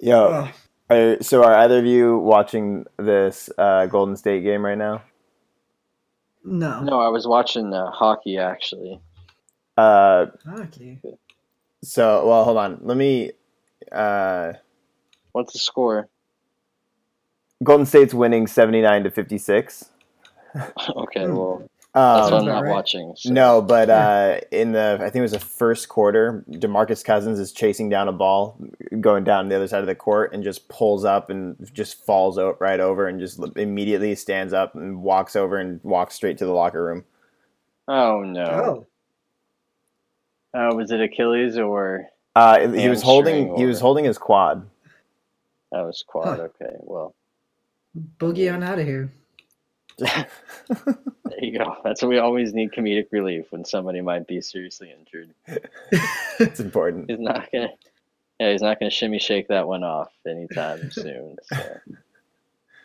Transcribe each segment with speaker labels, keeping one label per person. Speaker 1: Yo, are, so are either of you watching this uh, Golden State game right now?
Speaker 2: No.
Speaker 3: No, I was watching uh, hockey actually.
Speaker 1: Uh,
Speaker 2: Hockey.
Speaker 1: so well, hold on. Let me. Uh,
Speaker 3: What's the score?
Speaker 1: Golden State's winning seventy nine to fifty six.
Speaker 3: okay,
Speaker 2: Hmm.
Speaker 3: well, that's what
Speaker 1: Um,
Speaker 3: I'm
Speaker 2: Sounds about
Speaker 3: not
Speaker 2: right.
Speaker 3: watching. so-
Speaker 1: no, but uh, in the I think it was the first quarter, Demarcus Cousins is chasing down a ball, going down the other side of the court, and just pulls up and just falls out right over, and just immediately stands up and walks over and walks straight to the locker room.
Speaker 3: Oh no.
Speaker 2: Oh.
Speaker 3: Oh. was it Achilles or
Speaker 1: Uh, he was
Speaker 3: Hamstring
Speaker 1: holding. He was
Speaker 3: or-
Speaker 1: holding his quad.
Speaker 3: that was quad?
Speaker 2: Huh.
Speaker 3: Okay, well,
Speaker 2: Boogie on out of here.
Speaker 3: there you go. That's what we always need comedic relief when somebody might be seriously injured.
Speaker 1: It's important.
Speaker 3: He's not gonna. Yeah, he's not gonna shimmy shake that one off anytime soon. So,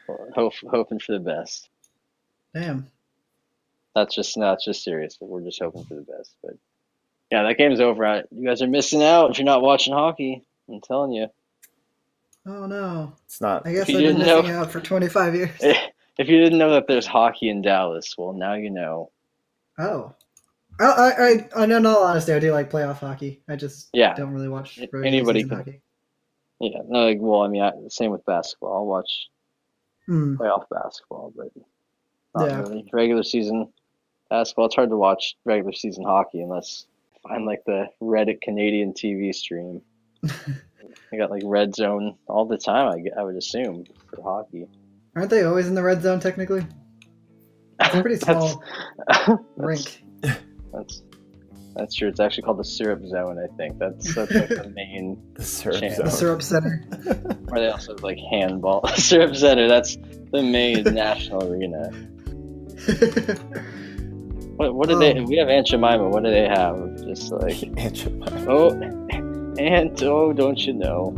Speaker 3: Well, hope, hoping for the best.
Speaker 2: Damn.
Speaker 3: That's just not just serious, but we're just hoping for the best. But yeah, that game's over. I, you guys are missing out if you're not watching hockey. I'm telling you.
Speaker 2: Oh no.
Speaker 1: It's not.
Speaker 2: I guess
Speaker 3: You
Speaker 2: I've been
Speaker 3: didn't know.
Speaker 2: missing out for 25 years.
Speaker 3: If you didn't know that there's hockey in Dallas, well, now you know.
Speaker 2: Oh. I, I, I, I know, in all honesty, I do like playoff hockey. I just
Speaker 3: Yeah.
Speaker 2: don't really watch
Speaker 3: A-
Speaker 2: regular
Speaker 3: anybody
Speaker 2: season
Speaker 3: can-
Speaker 2: hockey.
Speaker 3: Yeah, no, like, well, I mean, I, same with basketball. I'll watch
Speaker 2: Hmm.
Speaker 3: playoff basketball, but not
Speaker 2: Yeah.
Speaker 3: really. Regular season basketball, it's hard to watch regular season hockey unless I find like the Reddit Canadian TV stream. I got like red zone all the time, I, gu- I would assume, for hockey.
Speaker 2: Aren't they always in the red zone technically? It's a pretty
Speaker 3: That's-
Speaker 2: small
Speaker 3: that's-
Speaker 2: rink.
Speaker 3: That's that's true. It's actually called the syrup zone, I think. That's that's like the main.
Speaker 1: The syrup
Speaker 3: Chance.
Speaker 2: The
Speaker 1: zone.
Speaker 2: syrup center.
Speaker 3: Or they also have like handball syrup center. That's the main national arena. What what do they?
Speaker 2: Um.
Speaker 3: We have Aunt Jemima. What do they have? Just like
Speaker 1: Aunt Jemima.
Speaker 3: oh, Aunt oh, don't you know?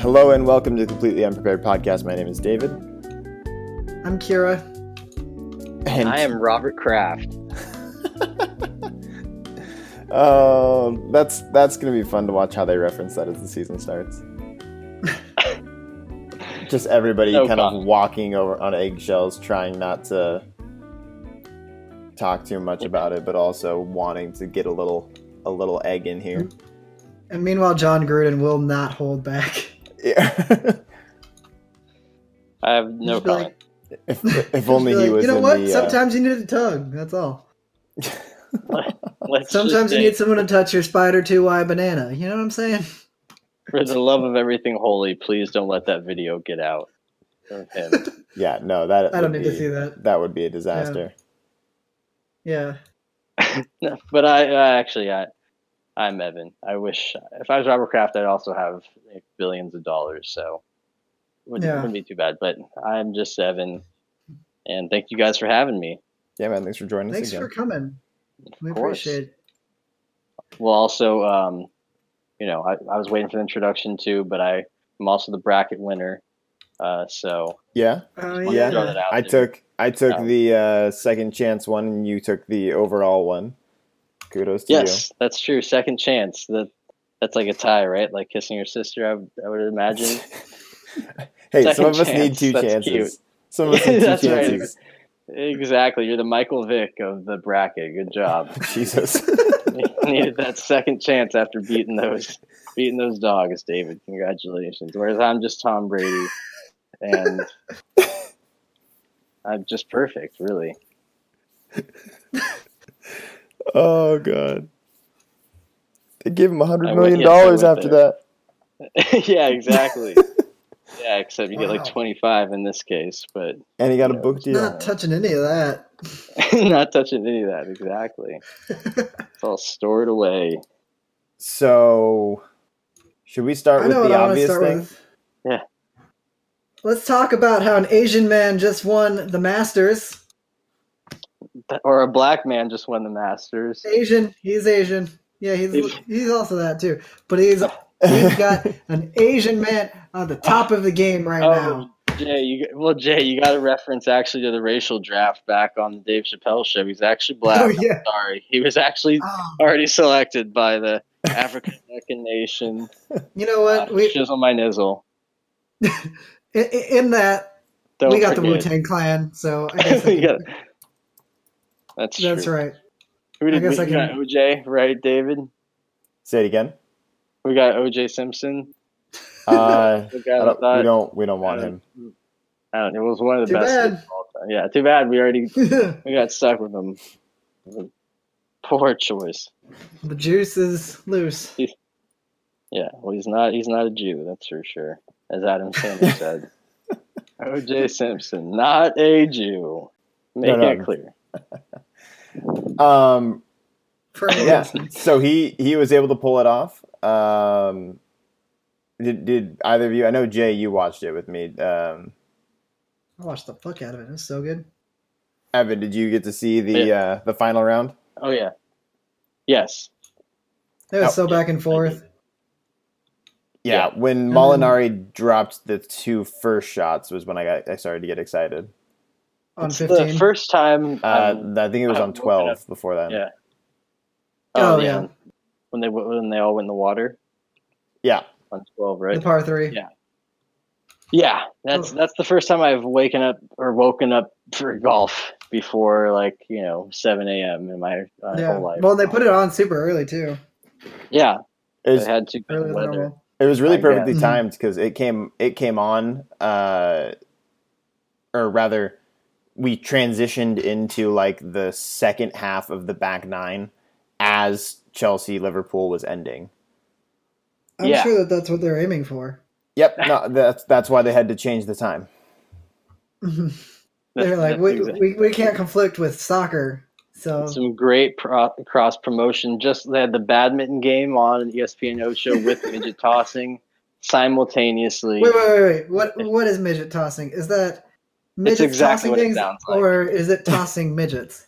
Speaker 1: Hello and welcome to the Completely Unprepared Podcast. My name is David.
Speaker 2: I'm Kira.
Speaker 1: And
Speaker 3: I am Robert Kraft.
Speaker 1: Uh, that's that's gonna be fun to watch how they reference that as the season starts. Just everybody
Speaker 3: No
Speaker 1: kind of
Speaker 3: comment.
Speaker 1: walking over on eggshells, trying not to talk too much about it, but also wanting to get a little a little egg in here.
Speaker 2: And meanwhile, John Gruden will not hold back.
Speaker 1: Yeah.
Speaker 2: Mm-hmm.
Speaker 3: I have no
Speaker 2: Just be like-
Speaker 3: comment.
Speaker 1: if, if only
Speaker 2: Be
Speaker 1: he
Speaker 2: like,
Speaker 1: was
Speaker 2: You know
Speaker 1: in
Speaker 2: what?
Speaker 1: the. uh,
Speaker 2: Sometimes you need a tug. That's all.
Speaker 3: Let's just
Speaker 2: Sometimes you
Speaker 3: say,
Speaker 2: need someone to touch your spider two Y banana. You know what I'm saying?
Speaker 3: for the love of everything holy, please don't let that video get out of him.
Speaker 1: yeah, no, that
Speaker 2: I don't
Speaker 1: would
Speaker 2: need to
Speaker 1: be-
Speaker 2: see that.
Speaker 1: That would be a disaster.
Speaker 2: Yeah.
Speaker 3: No, but I, I actually I I'm Evan. I wish if I was Robert Kraft, I'd also have like, billions of dollars. So it wouldn't,
Speaker 2: Yeah.
Speaker 3: wouldn't be too bad. But I'm just Evan, and thank you guys for having me.
Speaker 1: Yeah, man. Thanks for joining
Speaker 2: Thanks
Speaker 1: us again.
Speaker 2: for coming. We
Speaker 3: course.
Speaker 2: appreciate it.
Speaker 3: Well, also, um, you know, I, I was waiting for the introduction too, but I I'm also the bracket winner. Uh, so
Speaker 1: yeah,
Speaker 2: Oh,
Speaker 3: Well,
Speaker 1: Uh, yeah.
Speaker 3: throw that out
Speaker 1: I
Speaker 3: there.
Speaker 1: took I took
Speaker 3: Oh.
Speaker 1: the uh, second chance one, and you took the overall one. Kudos to
Speaker 3: yes, that's true. Second chance. That that's like a tie, right? Like kissing your sister. I would, I would
Speaker 1: you.
Speaker 3: imagine.
Speaker 1: hey, some
Speaker 3: Second
Speaker 1: of us need
Speaker 3: chance,
Speaker 1: two
Speaker 3: that's
Speaker 1: chances.
Speaker 3: cute.
Speaker 1: Some of us need two
Speaker 3: That's right.
Speaker 1: chances.
Speaker 3: exactly. You're the Michael Vick of the bracket. Good job.
Speaker 1: Jesus.
Speaker 3: needed that second chance after beating those beating those dogs, David. Congratulations. Whereas I'm just Tom Brady, and I'm just perfect, really.
Speaker 1: oh God. They gave him a hundred
Speaker 3: I
Speaker 1: million
Speaker 3: went- yes, I
Speaker 1: dollars
Speaker 3: went
Speaker 1: after
Speaker 3: there.
Speaker 1: that.
Speaker 3: yeah, exactly. Yeah, except you get like
Speaker 2: Wow.
Speaker 3: 25 in this case, but
Speaker 1: And he got a
Speaker 3: Yeah,
Speaker 1: book deal.
Speaker 2: Not touching any of that.
Speaker 3: not touching any of that. Exactly. It's all stored away.
Speaker 1: So should we start
Speaker 2: I
Speaker 1: with
Speaker 2: know what
Speaker 1: the
Speaker 2: I want to
Speaker 1: obvious
Speaker 2: start
Speaker 1: thing?
Speaker 2: with.
Speaker 3: Yeah.
Speaker 2: Let's talk about how an Asian man just won the Masters.
Speaker 3: or a black man just won the Masters.
Speaker 2: Asian. He's Asian. Yeah, he's he's also that too. But he's we've got an Asian man on the top of the game right
Speaker 3: Oh.
Speaker 2: now.
Speaker 3: Jay, you, well, Jay, you got a reference actually to the racial draft back on the Dave Chappelle show. He's actually black.
Speaker 2: Oh yeah.
Speaker 3: Sorry, he was actually
Speaker 2: Oh,
Speaker 3: already selected by the African American nation.
Speaker 2: you know what?
Speaker 3: Uh,
Speaker 2: We
Speaker 3: Chisel my nizzle.
Speaker 2: i- i- in that
Speaker 3: Don't
Speaker 2: we got the Wu
Speaker 3: forget.
Speaker 2: Tang Clan, so I guess I
Speaker 3: We
Speaker 2: can-
Speaker 3: got- That's
Speaker 2: that's
Speaker 3: true.
Speaker 2: right.
Speaker 3: Who did
Speaker 2: I guess
Speaker 3: we
Speaker 2: I can-
Speaker 3: got OJ, right, David?
Speaker 1: Say it again.
Speaker 3: We got OJ Simpson.
Speaker 1: Uh,
Speaker 3: The
Speaker 1: I
Speaker 3: guy that
Speaker 1: don't, we
Speaker 3: thought-
Speaker 1: don't. We don't want
Speaker 3: Uh,
Speaker 1: him.
Speaker 3: I don't know. It was one of the
Speaker 2: Too
Speaker 3: best.
Speaker 2: bad.
Speaker 3: of all time. Yeah, too bad. We already
Speaker 2: the
Speaker 3: we got stuck with him. Poor choice.
Speaker 2: juice is loose.
Speaker 3: Yeah. Well, he's not. He's not a Jew. That's for sure. As Adam Sandler said. O.J. Simpson, not a Jew. Make
Speaker 1: No, no.
Speaker 3: it clear.
Speaker 1: Um,
Speaker 2: For any
Speaker 1: yeah.
Speaker 2: reason.
Speaker 1: So he he was able to pull it off. Um, did did either of you? I know Jay, you watched it with me. Um,
Speaker 2: I watched the fuck out of it. It was so good.
Speaker 1: Evan, did you get to see the uh, the final round?
Speaker 3: Oh yeah. Yes.
Speaker 2: It was
Speaker 1: Oh.
Speaker 2: so back and forth.
Speaker 1: Yeah, Um, when Molinari dropped the two first shots was when I got I started to get excited.
Speaker 2: on
Speaker 3: It's
Speaker 2: 15.
Speaker 3: The first time.
Speaker 1: Uh,
Speaker 3: um,
Speaker 1: I think it was
Speaker 3: I'm
Speaker 1: on
Speaker 3: looking
Speaker 1: twelve before that.
Speaker 3: Yeah.
Speaker 2: oh, yeah.
Speaker 3: When they when they all went in the water
Speaker 1: yeah,
Speaker 3: on twelve,
Speaker 2: the
Speaker 3: right?
Speaker 2: par three.
Speaker 3: Yeah. Yeah, that's
Speaker 2: Oh.
Speaker 3: that's the first time I've waken up or woken up for golf before like you know seven a.m. in my uh,
Speaker 2: Yeah.
Speaker 3: whole life.
Speaker 2: Well, they put it on super early too.
Speaker 3: yeah,
Speaker 1: It
Speaker 3: they
Speaker 1: was,
Speaker 3: had to
Speaker 2: Earlier
Speaker 3: good
Speaker 2: than
Speaker 3: weather.
Speaker 2: normal.
Speaker 1: it was really
Speaker 3: I
Speaker 1: perfectly
Speaker 2: guess. Mhm.
Speaker 1: timed because it came it came on, uh, or rather, we transitioned into like the second half of the back nine as Chelsea Liverpool was ending.
Speaker 2: I'm
Speaker 3: Yeah.
Speaker 2: sure that that's what they're aiming for.
Speaker 1: Yep, no, that's that's why they had to change the time.
Speaker 2: they're
Speaker 3: That's-
Speaker 2: like,
Speaker 3: that's
Speaker 2: we,
Speaker 3: exact-
Speaker 2: we, we can't conflict with soccer. So
Speaker 3: some great pro- cross promotion. Just they had the badminton game on E ESPN Ocho with midget tossing simultaneously.
Speaker 2: wait, wait, wait, wait. What what is midget tossing? Is that midgets tossing
Speaker 3: exactly what it
Speaker 2: things,
Speaker 3: sounds like.
Speaker 2: or is it tossing midgets?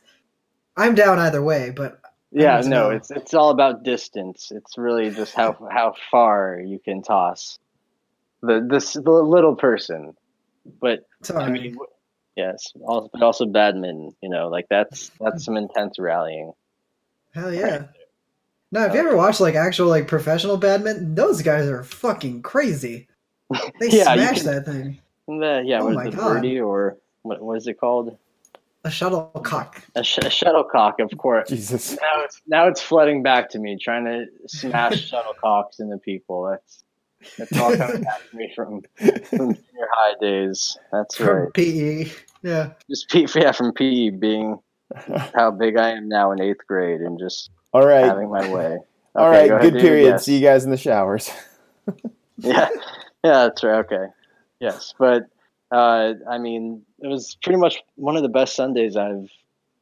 Speaker 2: I'm down either way, but
Speaker 3: yeah,
Speaker 2: Nice
Speaker 3: no,
Speaker 2: one.
Speaker 3: it's it's all about distance. It's really just how how far you can toss the this the little person, but
Speaker 2: sorry.
Speaker 3: I mean, w- yes, also, but also badminton. You know, like that's that's
Speaker 2: Hmm.
Speaker 3: some intense rallying.
Speaker 2: Hell yeah. No, if you
Speaker 3: Uh,
Speaker 2: ever watch like actual like professional badminton, those guys are fucking crazy. They
Speaker 3: Yeah, you
Speaker 2: smash
Speaker 3: can-
Speaker 2: that thing.
Speaker 3: And the, yeah,
Speaker 2: Oh
Speaker 3: what
Speaker 2: my
Speaker 3: is the
Speaker 2: God.
Speaker 3: birdie or what what is it called?
Speaker 2: A shuttlecock.
Speaker 3: A, sh- a shuttlecock, of course.
Speaker 1: Jesus,
Speaker 3: Now it's now it's flooding back to me, trying to smash shuttlecocks into people. That's that's all coming back to me from from junior high days. That's right.
Speaker 2: From PE. E. Yeah.
Speaker 3: Just P, yeah, from PE being how big I am now in eighth grade and just
Speaker 1: all right,
Speaker 3: having my way.
Speaker 1: all
Speaker 3: Okay,
Speaker 1: right,
Speaker 3: go ahead,
Speaker 1: good
Speaker 3: David.
Speaker 1: period.
Speaker 3: Yes.
Speaker 1: See you guys in the showers.
Speaker 3: yeah, yeah, that's right. Okay, yes, but uh, I mean, it was pretty much one of the best Sundays I've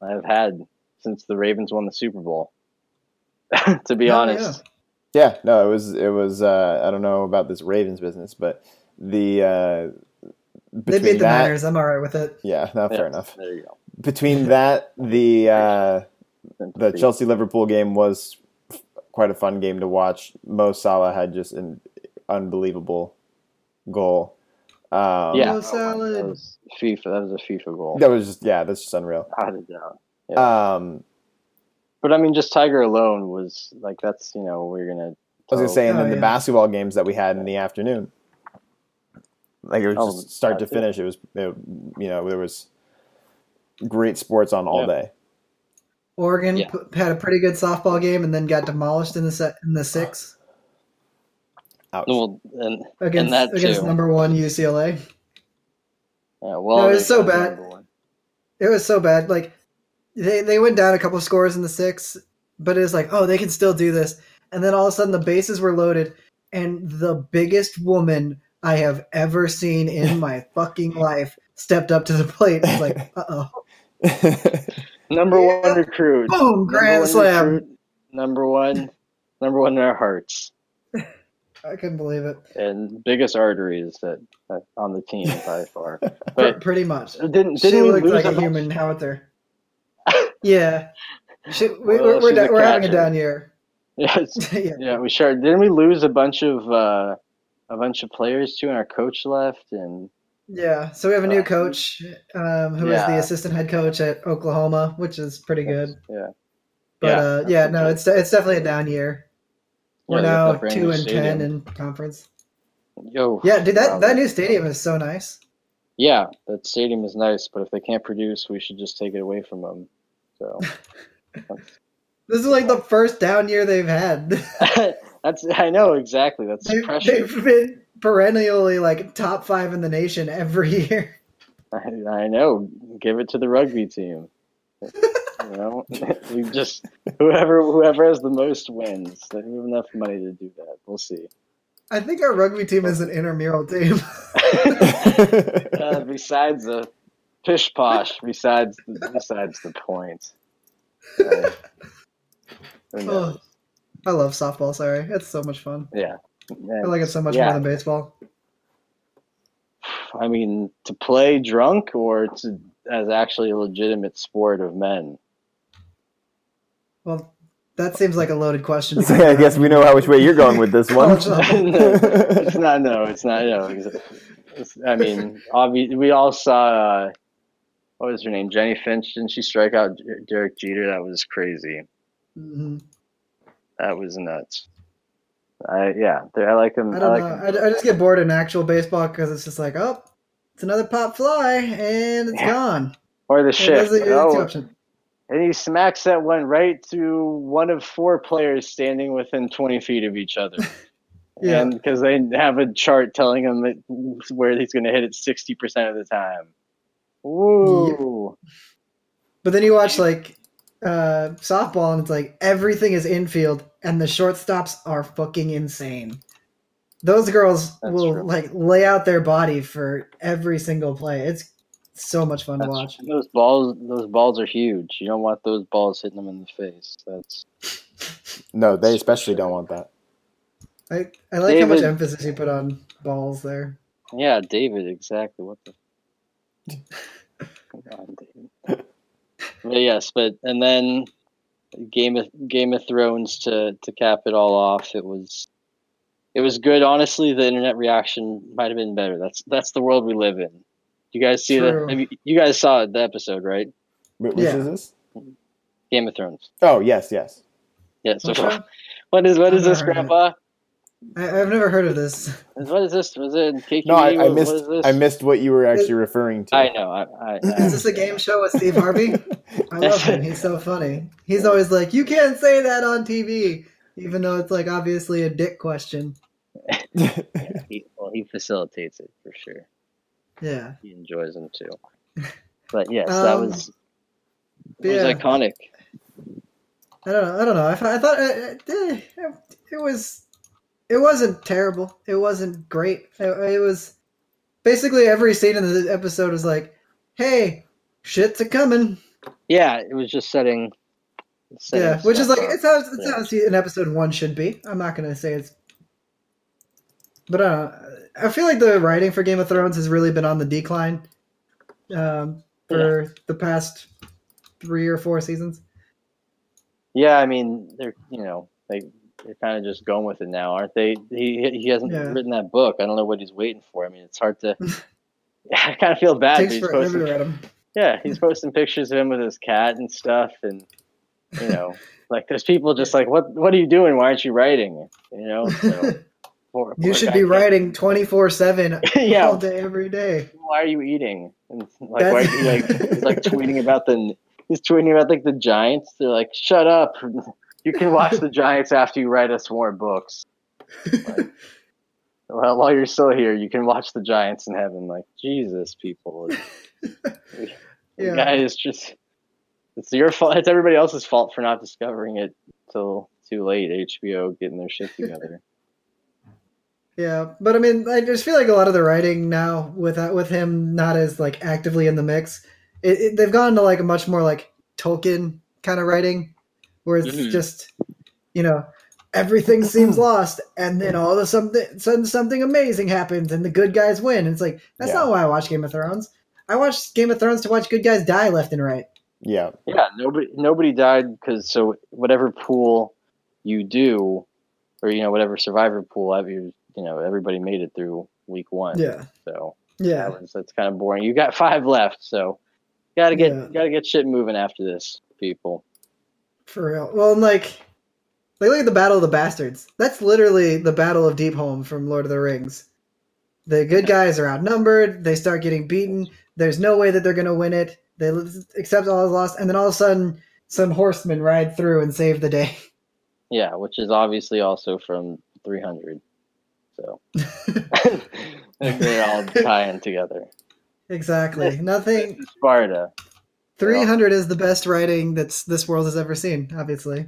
Speaker 3: I've had since the Ravens won the Super Bowl. to be
Speaker 2: Hell
Speaker 3: honest,
Speaker 1: Yeah, no, it was it was. Uh, I don't know about this Ravens business, but the uh,
Speaker 2: They
Speaker 1: between
Speaker 2: beat the
Speaker 1: that,
Speaker 2: Niners. I'm all right with it.
Speaker 1: yeah, no,
Speaker 3: Yeah,
Speaker 1: Oh, fair enough.
Speaker 3: There you go.
Speaker 1: Between that, the uh, the
Speaker 3: Sympathy.
Speaker 1: Chelsea Liverpool game was f- quite a fun game to watch. Mo Salah had just an unbelievable goal. Um,
Speaker 3: yeah,
Speaker 2: Oh, salad.
Speaker 3: that was FIFA. That was a FIFA goal,
Speaker 1: that was just yeah, that's just unreal.
Speaker 3: without a doubt.
Speaker 1: Um,
Speaker 3: But I mean, just Tiger alone was like that's you know we're gonna.
Speaker 1: I was gonna say, and
Speaker 2: Oh,
Speaker 1: then the
Speaker 2: yeah.
Speaker 1: basketball games that we had in the afternoon, like it was
Speaker 3: Oh,
Speaker 1: just start to
Speaker 3: yeah.
Speaker 1: finish. It was, it, you know, there was great sports on all
Speaker 3: Yeah.
Speaker 1: day.
Speaker 2: Oregon
Speaker 3: Yeah.
Speaker 2: p- had a pretty good softball game and then got demolished in the set in the six
Speaker 1: Ouch.
Speaker 3: Well, and
Speaker 2: against
Speaker 3: that
Speaker 2: against
Speaker 3: too.
Speaker 2: number one UCLA.
Speaker 3: yeah, well,
Speaker 2: No, it's
Speaker 3: they-
Speaker 2: so bad. It was so bad. Like they they went down a couple scores in the six, but it was like, oh, they can still do this. And then all of a sudden, the bases were loaded, and the biggest woman I have ever seen in my fucking life stepped up to the plate. It's like, uh oh,
Speaker 3: Number
Speaker 2: Yeah.
Speaker 3: one recruit.
Speaker 2: boom, grand
Speaker 3: one
Speaker 2: slam.
Speaker 3: recruit, number one, number one in our hearts
Speaker 2: I couldn't believe it.
Speaker 3: and biggest arteries that, that on the team by far.
Speaker 2: Pr-
Speaker 3: But
Speaker 2: pretty much,
Speaker 3: didn't didn't
Speaker 2: she
Speaker 3: we
Speaker 2: looked
Speaker 3: lose
Speaker 2: like
Speaker 3: a
Speaker 2: a
Speaker 3: bunch?
Speaker 2: human howitzer. Yeah. Should, we,
Speaker 3: Well,
Speaker 2: we're we're,
Speaker 3: she's
Speaker 2: da-
Speaker 3: a
Speaker 2: we're having a
Speaker 3: catcher.
Speaker 2: down year.
Speaker 3: Yes.
Speaker 2: yeah.
Speaker 3: Yeah, we sure didn't we lose a bunch of uh a bunch of players too and our coach left and
Speaker 2: Yeah. So we have a new
Speaker 3: Uh,
Speaker 2: coach um, who is the
Speaker 3: yeah.
Speaker 2: assistant head coach at Oklahoma, which is pretty good.
Speaker 3: Yeah.
Speaker 2: But
Speaker 3: Yeah,
Speaker 2: uh,
Speaker 3: that's
Speaker 2: yeah,
Speaker 3: okay.
Speaker 2: no, it's it's definitely a down year. We're
Speaker 3: Yeah, they got
Speaker 2: now
Speaker 3: that brand
Speaker 2: two
Speaker 3: new
Speaker 2: and ten
Speaker 3: stadium.
Speaker 2: in conference.
Speaker 3: yo
Speaker 2: Yeah, dude, that,
Speaker 3: wow,
Speaker 2: that new stadium is so nice.
Speaker 3: yeah that stadium is nice but if they can't produce we should just take it away from them so
Speaker 2: This is like the first down year they've had.
Speaker 3: that's I know exactly that's
Speaker 2: they,
Speaker 3: pressure
Speaker 2: they've been perennially like top five in the nation every year.
Speaker 3: I, I know give it to the rugby team you know we just whoever whoever has the most wins they have enough money to do that we'll see
Speaker 2: I think our rugby team is an intramural team.
Speaker 3: Uh, besides the pish posh, besides besides the point. Uh, who knows?
Speaker 2: Oh, I love softball. Sorry, it's so much fun.
Speaker 3: yeah.
Speaker 2: I
Speaker 3: And,
Speaker 2: like it so much
Speaker 3: Yeah.
Speaker 2: more than baseball.
Speaker 3: I mean, to play drunk or to as actually a legitimate sport of men.
Speaker 2: Well, that seems like a loaded question.
Speaker 1: So, yeah, I guess we know how which way you're going with this one.
Speaker 2: College level.
Speaker 3: it's not. No, it's not. No. It's, I mean, obviously, we all saw. Uh, what was her name? Jenny Finch. Didn't she strike out Der- Derek Jeter? That was crazy.
Speaker 2: Mhm.
Speaker 3: That was nuts. I yeah. I like him.
Speaker 2: I
Speaker 3: I,
Speaker 2: don't
Speaker 3: like
Speaker 2: know.
Speaker 3: him.
Speaker 2: I, I just get bored in actual baseball because it's just like, oh, it's another pop fly and it's
Speaker 3: Yeah.
Speaker 2: gone.
Speaker 3: Or the
Speaker 2: And
Speaker 3: shift.
Speaker 2: that's the- that's the
Speaker 3: Oh,
Speaker 2: option.
Speaker 3: and he smacks that one right to one of four players standing within 20 feet of each other.
Speaker 2: Yeah.
Speaker 3: And because they have a chart telling him that where he's going to hit it 60% of the time. Woo.
Speaker 2: But then you watch like uh, softball and it's like everything is infield and the shortstops are fucking insane. Those girls
Speaker 3: That's
Speaker 2: will
Speaker 3: true.
Speaker 2: like lay out their body for every single play. It's so much fun to
Speaker 3: That's-
Speaker 2: watch.
Speaker 3: Those balls, those balls are huge. You don't want those balls hitting them in the face. That's
Speaker 1: no, they especially don't want that.
Speaker 2: I, I like how much
Speaker 3: David-
Speaker 2: emphasis you put on balls there.
Speaker 3: yeah, David. Exactly. What the? Come on, David. But yes, but and then Game of Game of Thrones to to cap it all off. It was it was good. Honestly, the internet reaction might have been better. That's that's the world we live in. You guys see
Speaker 2: True.
Speaker 3: that? have you- You guys saw the episode, right?
Speaker 1: Wh- Which
Speaker 2: Yeah.
Speaker 1: is this?
Speaker 3: Game of Thrones.
Speaker 1: Oh yes, yes.
Speaker 3: Yeah. So
Speaker 2: Okay.
Speaker 3: what is what is
Speaker 2: I've
Speaker 3: this,
Speaker 2: never heard of it.
Speaker 3: Grandpa?
Speaker 2: I, I've never heard of this.
Speaker 3: What is this? Was it KQED?
Speaker 1: No, I, I
Speaker 3: What-
Speaker 1: missed.
Speaker 3: What is this?
Speaker 1: I missed what you were actually referring to.
Speaker 3: I know. I, I,
Speaker 2: Is
Speaker 3: I,
Speaker 2: this a game show with Steve Harvey? I love him. He's so funny. He's always like, you can't say that on TV, even though it's like obviously a dick question.
Speaker 3: he, well, he facilitates it for sure.
Speaker 2: Yeah.
Speaker 3: He enjoys them too. But yes, that
Speaker 2: Um,
Speaker 3: was
Speaker 2: But
Speaker 3: it was
Speaker 2: yeah.
Speaker 3: iconic.
Speaker 2: I don't know. I don't know. I, thought- I thought it, it was it wasn't terrible. It wasn't great. It, it was basically every scene in the episode was like, "Hey, shit's a coming."
Speaker 3: Yeah, it was just setting. setting
Speaker 2: Yeah, which is
Speaker 3: stuff
Speaker 2: like
Speaker 3: up.
Speaker 2: it's how it's
Speaker 3: Yeah.
Speaker 2: how se- an episode one should be. I'm not gonna say it's, but uh, I feel like the writing for Game of Thrones has really been on the decline um, for the past three or four seasons.
Speaker 3: yeah. I mean, they're you know they they're kind of just going with it now, aren't they? He he hasn't
Speaker 2: Yeah.
Speaker 3: written that book. I don't know what he's waiting for. I mean, it's hard to. I kind of feel bad. that
Speaker 2: Takes
Speaker 3: he's
Speaker 2: forever
Speaker 3: posting,
Speaker 2: to write 'em.
Speaker 3: yeah, he's posting pictures of him with his cat and stuff, and you know, like there's people just like, what what are you doing? Why aren't you writing? You know. So, poor-
Speaker 2: You
Speaker 3: poor
Speaker 2: should
Speaker 3: guy
Speaker 2: be
Speaker 3: can't-
Speaker 2: writing twenty four seven all
Speaker 3: yeah,
Speaker 2: day every day.
Speaker 3: why are you eating? And like,
Speaker 2: That's-
Speaker 3: why are you like, he's like tweeting about the, he's tweeting about like the Giants. They're like, shut up. You can watch the Giants after you write us more books. Like, well, while you're still here, you can watch the Giants in heaven. Like, Jesus, people. The
Speaker 2: Yeah.
Speaker 3: guy is just, it's your fault. It's everybody else's fault for not discovering it till too late. HBO getting their shit together.
Speaker 2: Yeah, but I mean, I just feel like a lot of the writing now with uh, with him not as like actively in the mix, it, it, they've gone to like a much more like Tolkien kind of writing, where it's
Speaker 3: Mhm.
Speaker 2: just you know everything seems lost, and then all of a sudden sudden something amazing happens, and the good guys win. And it's like that's
Speaker 1: Yeah.
Speaker 2: not why I watch Game of Thrones. I watch Game of Thrones to watch good guys die left and right.
Speaker 1: Yeah.
Speaker 3: Yeah, nobody nobody died because so whatever pool you do, or you know whatever survivor pool, every you know everybody made it through week one.
Speaker 2: Yeah.
Speaker 3: So
Speaker 2: Yeah.
Speaker 3: that was, that's kind of boring. You got five left, so gotta get
Speaker 2: Yeah.
Speaker 3: gotta get shit moving after this, people.
Speaker 2: For real. Well, and like, like look at the Battle of the Bastards. That's literally the Battle of Deep Home from Lord of the Rings. The good guys are outnumbered. They start getting beaten. There's no way that they're gonna win it. They l- accept all is lost, and then all of a sudden, some horsemen ride through and save the day.
Speaker 3: Yeah, which is obviously also from 300. So they're all tying together.
Speaker 2: exactly. Nothing.
Speaker 3: Sparta.
Speaker 2: Three hundred is the best writing that's this world has ever seen. Obviously.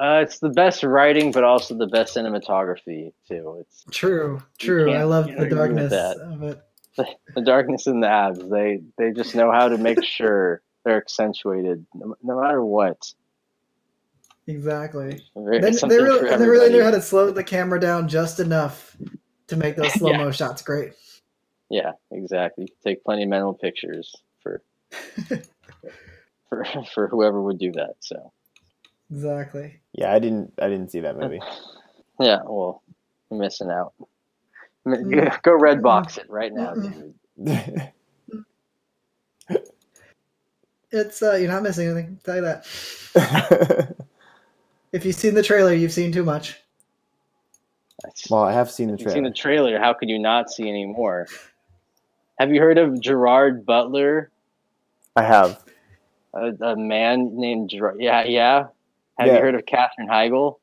Speaker 3: Uh, it's the best writing, but also the best cinematography too. It's
Speaker 2: True. True. I
Speaker 3: can't-
Speaker 2: love
Speaker 3: can't
Speaker 2: the
Speaker 3: argue
Speaker 2: darkness
Speaker 3: with that.
Speaker 2: of it.
Speaker 3: the darkness and the abs. They they just know how to make sure they're accentuated, no, no matter what.
Speaker 2: Exactly.
Speaker 3: Very-
Speaker 2: They,
Speaker 3: something
Speaker 2: they
Speaker 3: for
Speaker 2: really, they really
Speaker 3: everybody.
Speaker 2: knew how to slow the camera down just enough to make those slow mo shots great.
Speaker 3: Yeah, exactly. Take plenty of mental pictures for for for whoever would do that. So
Speaker 2: Exactly.
Speaker 1: Yeah, I didn't I didn't see that movie.
Speaker 3: yeah, well, you're missing out. M-
Speaker 2: Mm.
Speaker 3: Go red box it right now,
Speaker 2: Mm-mm.
Speaker 3: dude.
Speaker 2: It's uh, you're not missing anything. Tell you that. If you've seen the trailer, you've seen too much.
Speaker 1: well, I have seen the
Speaker 3: If You've seen the
Speaker 1: trailer.
Speaker 3: trailer. How could you not see any more? Have you heard of Gerard Butler,
Speaker 1: I have.
Speaker 3: a, a man named Gerard? Yeah, yeah. Have
Speaker 1: Yeah.
Speaker 3: you heard of Katherine Heigl?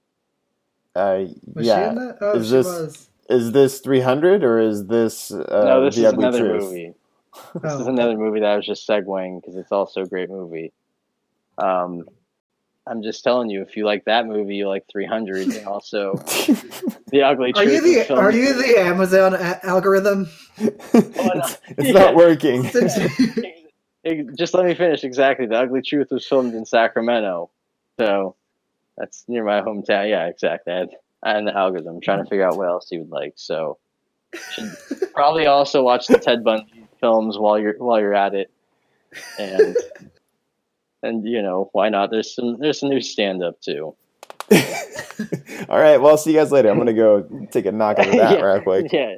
Speaker 1: Uh,
Speaker 2: Was she in
Speaker 1: yeah.
Speaker 2: that? Oh,
Speaker 1: Is
Speaker 2: she
Speaker 1: this-
Speaker 2: was.
Speaker 1: Is this 300 or is this uh,
Speaker 3: no, this
Speaker 1: The
Speaker 3: is
Speaker 1: Ugly
Speaker 3: another
Speaker 1: Truth?
Speaker 3: movie. This is
Speaker 2: Oh.
Speaker 3: another movie that I was just segueing because it's also a great movie. Um, I'm just telling you, if you like that movie, you like 300, and also The Ugly
Speaker 2: Are
Speaker 3: Truth.
Speaker 2: you
Speaker 3: was
Speaker 2: the
Speaker 3: filmed-
Speaker 2: are you the Amazon a- algorithm?
Speaker 1: it's it's not working.
Speaker 2: Since-
Speaker 3: Ex- Just let me finish. Exactly, The Ugly Truth was filmed in Sacramento, so that's near my hometown. Yeah, exactly. I had, I had an algorithm trying to figure out what else you would like. So should probably also watch the Ted Bundy films while you're while you're at it, and and you know why not? There's some there's some new stand up too.
Speaker 1: All right. Well, I'll see you guys later. I'm gonna go take a knock out of that
Speaker 3: Yeah.
Speaker 1: real quick.
Speaker 3: Yeah.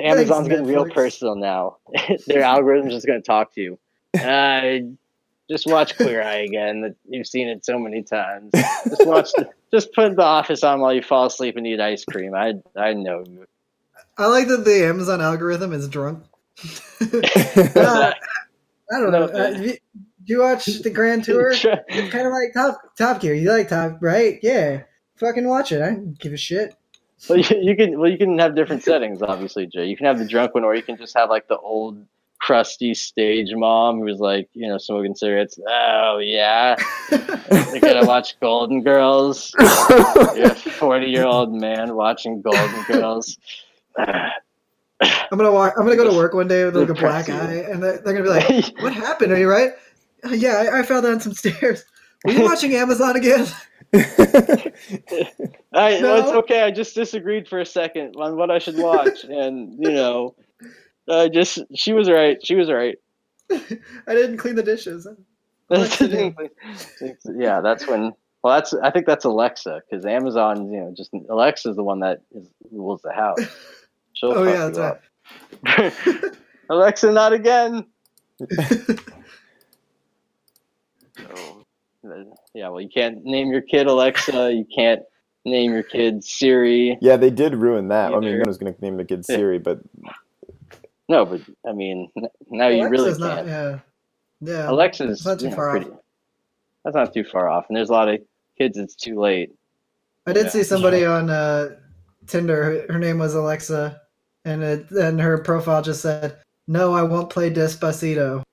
Speaker 3: Amazon's getting real
Speaker 2: Netflix.
Speaker 3: personal now. Their algorithm's just going to talk to you. Uh, just watch Queer Eye again. You've seen it so many times. Just watch. The, just put The Office on while you fall asleep and eat ice cream. I I know. you.
Speaker 2: I like that the Amazon algorithm is drunk. Uh, I don't know. Uh, you, you watch the Grand Tour? It's kind of like Top Top Gear. You like Top, right? Yeah. Fucking watch it. I don't give a shit.
Speaker 3: Well, you, you can well you can have different settings. Obviously, Jay. You can have the drunk one, or you can just have like the old crusty stage mom who's like you know smoking cigarettes. Oh yeah, you gotta watch Golden Girls. You're a 40 year old man watching Golden Girls.
Speaker 2: I'm gonna walk. I'm gonna go to work one day with like a black
Speaker 3: Depressing.
Speaker 2: eye, and they're, they're gonna be like, "What happened? Are you right?" "Uh, Yeah, I, I fell down some stairs. Were you watching Amazon again?
Speaker 3: I, well, it's
Speaker 2: No.
Speaker 3: okay. I just disagreed for a second on what I should watch. And, you know, I just, she was right. She was right.
Speaker 2: I didn't clean the dishes. Alexa.
Speaker 3: yeah, that's when. Well, that's. I think that's Alexa because Amazon, you know, just Alexa's the one that is, rules the house. She'll
Speaker 2: Oh,
Speaker 3: fuck
Speaker 2: yeah,
Speaker 3: you up. Alexa, not again. So, yeah, well, you can't name your kid Alexa. You can't name your kid Siri.
Speaker 1: yeah, they did ruin that. I mean,
Speaker 3: Either.
Speaker 1: no one's gonna name the kid
Speaker 3: Yeah.
Speaker 1: Siri, but
Speaker 3: No, but I mean, n- now you really
Speaker 2: Alexa's not-
Speaker 3: can't.
Speaker 2: yeah, yeah.
Speaker 3: Alexa's
Speaker 2: It's not too
Speaker 3: you know,
Speaker 2: far
Speaker 3: pretty- That's not too far off, and there's a lot of kids. It's too late.
Speaker 2: I did
Speaker 3: Yeah.
Speaker 2: see somebody on uh, Tinder. Her, her name was Alexa, and it, and her profile just said, "No, I won't play Despacito."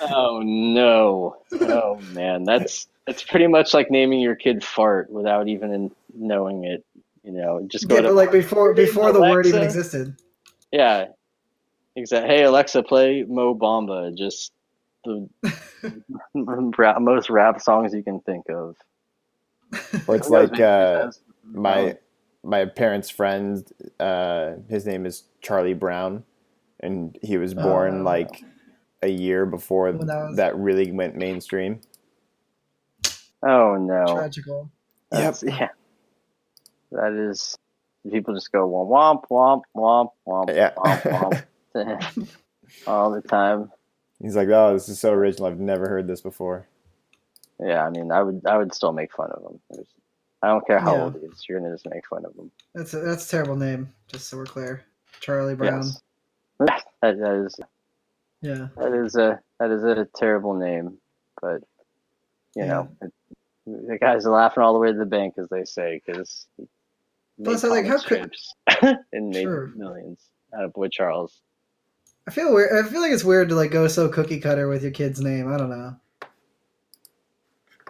Speaker 3: Oh no! Oh man, that's that's pretty much like naming your kid fart without even in- knowing it. You know, just go
Speaker 2: Yeah,
Speaker 3: to
Speaker 2: but like before
Speaker 3: Her name's
Speaker 2: before the word even
Speaker 3: Alexa.
Speaker 2: existed.
Speaker 3: yeah, exactly. Hey Alexa, play Mo Bamba. Just the ra- most rap songs you can think of.
Speaker 1: or it's like uh, my my parents' friend. Uh, his name is Charlie Brown, and he was born
Speaker 2: Oh.
Speaker 1: like a year before
Speaker 2: When that was-
Speaker 1: that really went mainstream.
Speaker 3: Oh no.
Speaker 2: Tragical.
Speaker 3: That's- Yeah. That is. People just go womp womp womp womp womp
Speaker 1: Yeah.
Speaker 3: womp womp all the time.
Speaker 1: He's like, oh, this is so original. I've never heard this before.
Speaker 3: Yeah, I mean, I would I would still make fun of him. There's, I don't care how
Speaker 2: Yeah.
Speaker 3: old he is. You're gonna just make fun of him.
Speaker 2: That's a, that's a terrible name. Just so we're clear, Charlie Brown.
Speaker 3: Yes. That, that is
Speaker 2: Yeah.
Speaker 3: that is a that is a terrible name, but you know it, the guys are laughing all the way to the bank, as they say, because
Speaker 2: Plus, I like, how could-
Speaker 3: and made
Speaker 2: Sure.
Speaker 3: millions out of Boy Charles.
Speaker 2: I feel weird. I feel like it's weird to like go so cookie cutter with your kid's name. I don't know.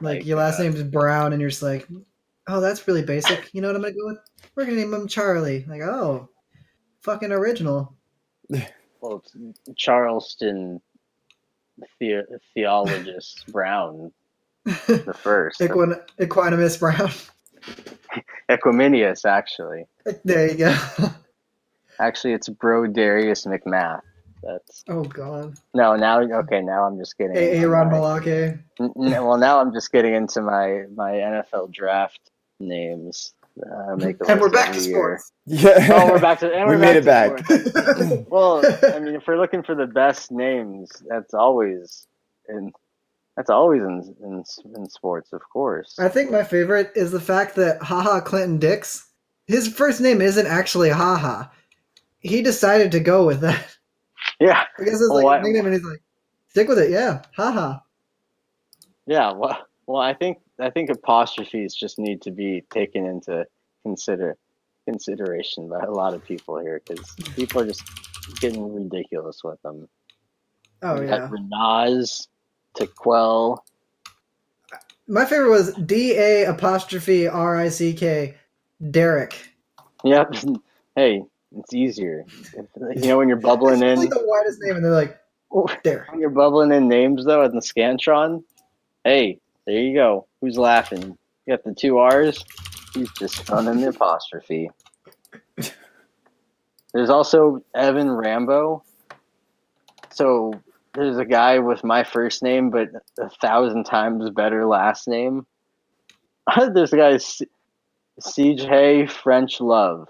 Speaker 2: Like
Speaker 3: Like,
Speaker 2: your last
Speaker 3: uh,
Speaker 2: name's Brown, and you're just like, oh, that's really basic. You know what I'm gonna go with? We're gonna name him Charlie. Like, oh, fucking original.
Speaker 3: Well, it's Charleston the- theologist Brown the first
Speaker 2: Equin- Equanimous Brown.
Speaker 3: Equiminius actually.
Speaker 2: there you go.
Speaker 3: Actually, it's Bro Darius McMath. That's
Speaker 2: oh God.
Speaker 3: No, now okay. Now I'm just getting.
Speaker 2: A.
Speaker 3: into
Speaker 2: A. Ron
Speaker 3: my-
Speaker 2: Malake.
Speaker 3: N- n- well, now I'm just getting into my my NFL draft names. Uh, I make a
Speaker 2: And we're
Speaker 3: list
Speaker 2: back to
Speaker 3: every year.
Speaker 2: sports.
Speaker 1: Yeah.
Speaker 3: Oh, we're back to. And
Speaker 1: We
Speaker 3: we're
Speaker 1: made
Speaker 3: back
Speaker 1: it
Speaker 3: to sports. well, I mean, if we're looking for the best names, that's always in. That's always in in, in sports, of course.
Speaker 2: I think my favorite is the fact that Haha Clinton Dix, his first name isn't actually Haha. He decided to go with that.
Speaker 3: Yeah,
Speaker 2: I guess it's
Speaker 3: Well,
Speaker 2: like
Speaker 3: why-
Speaker 2: a nickname, and he's like, stick with it, yeah, haha.
Speaker 3: yeah. Well, well, I think I think apostrophes just need to be taken into consider consideration by a lot of people here because people are just getting ridiculous with them.
Speaker 2: Oh
Speaker 3: We had
Speaker 2: yeah.
Speaker 3: Renaz to quell.
Speaker 2: My favorite was D A apostrophe R I C K, Derek.
Speaker 3: Yep. Hey, it's easier. You know when you're bubbling
Speaker 2: It's
Speaker 3: in
Speaker 2: like the widest name, and they're like, oh, Derek.
Speaker 3: when you're bubbling in names though at the Scantron? Hey, there you go. Who's laughing? You got the two R's? He's just on an apostrophe. There's also Evan Rambo. So there's a guy with my first name, but a thousand times better last name. there's a guy, S- Siege Hay French Love.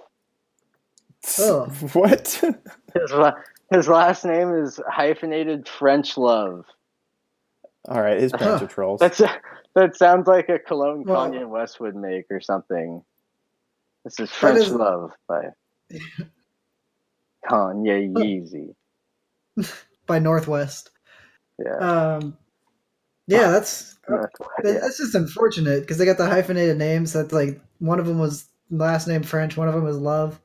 Speaker 2: Oh.
Speaker 1: What?
Speaker 3: His, la- his last name is hyphenated French Love.
Speaker 1: All right, his parents are trolls.
Speaker 3: Uh-huh. That's that sounds like a cologne
Speaker 2: Well-
Speaker 3: Kanye West would make or something. This is
Speaker 2: That
Speaker 3: French
Speaker 2: is-
Speaker 3: Love by Kanye Yeezy.
Speaker 2: By Northwest.
Speaker 3: Yeah.
Speaker 2: Um, yeah, that's
Speaker 3: yeah.
Speaker 2: that's just unfortunate because they got the hyphenated names. That's like one of them was last name French, one of them was Love.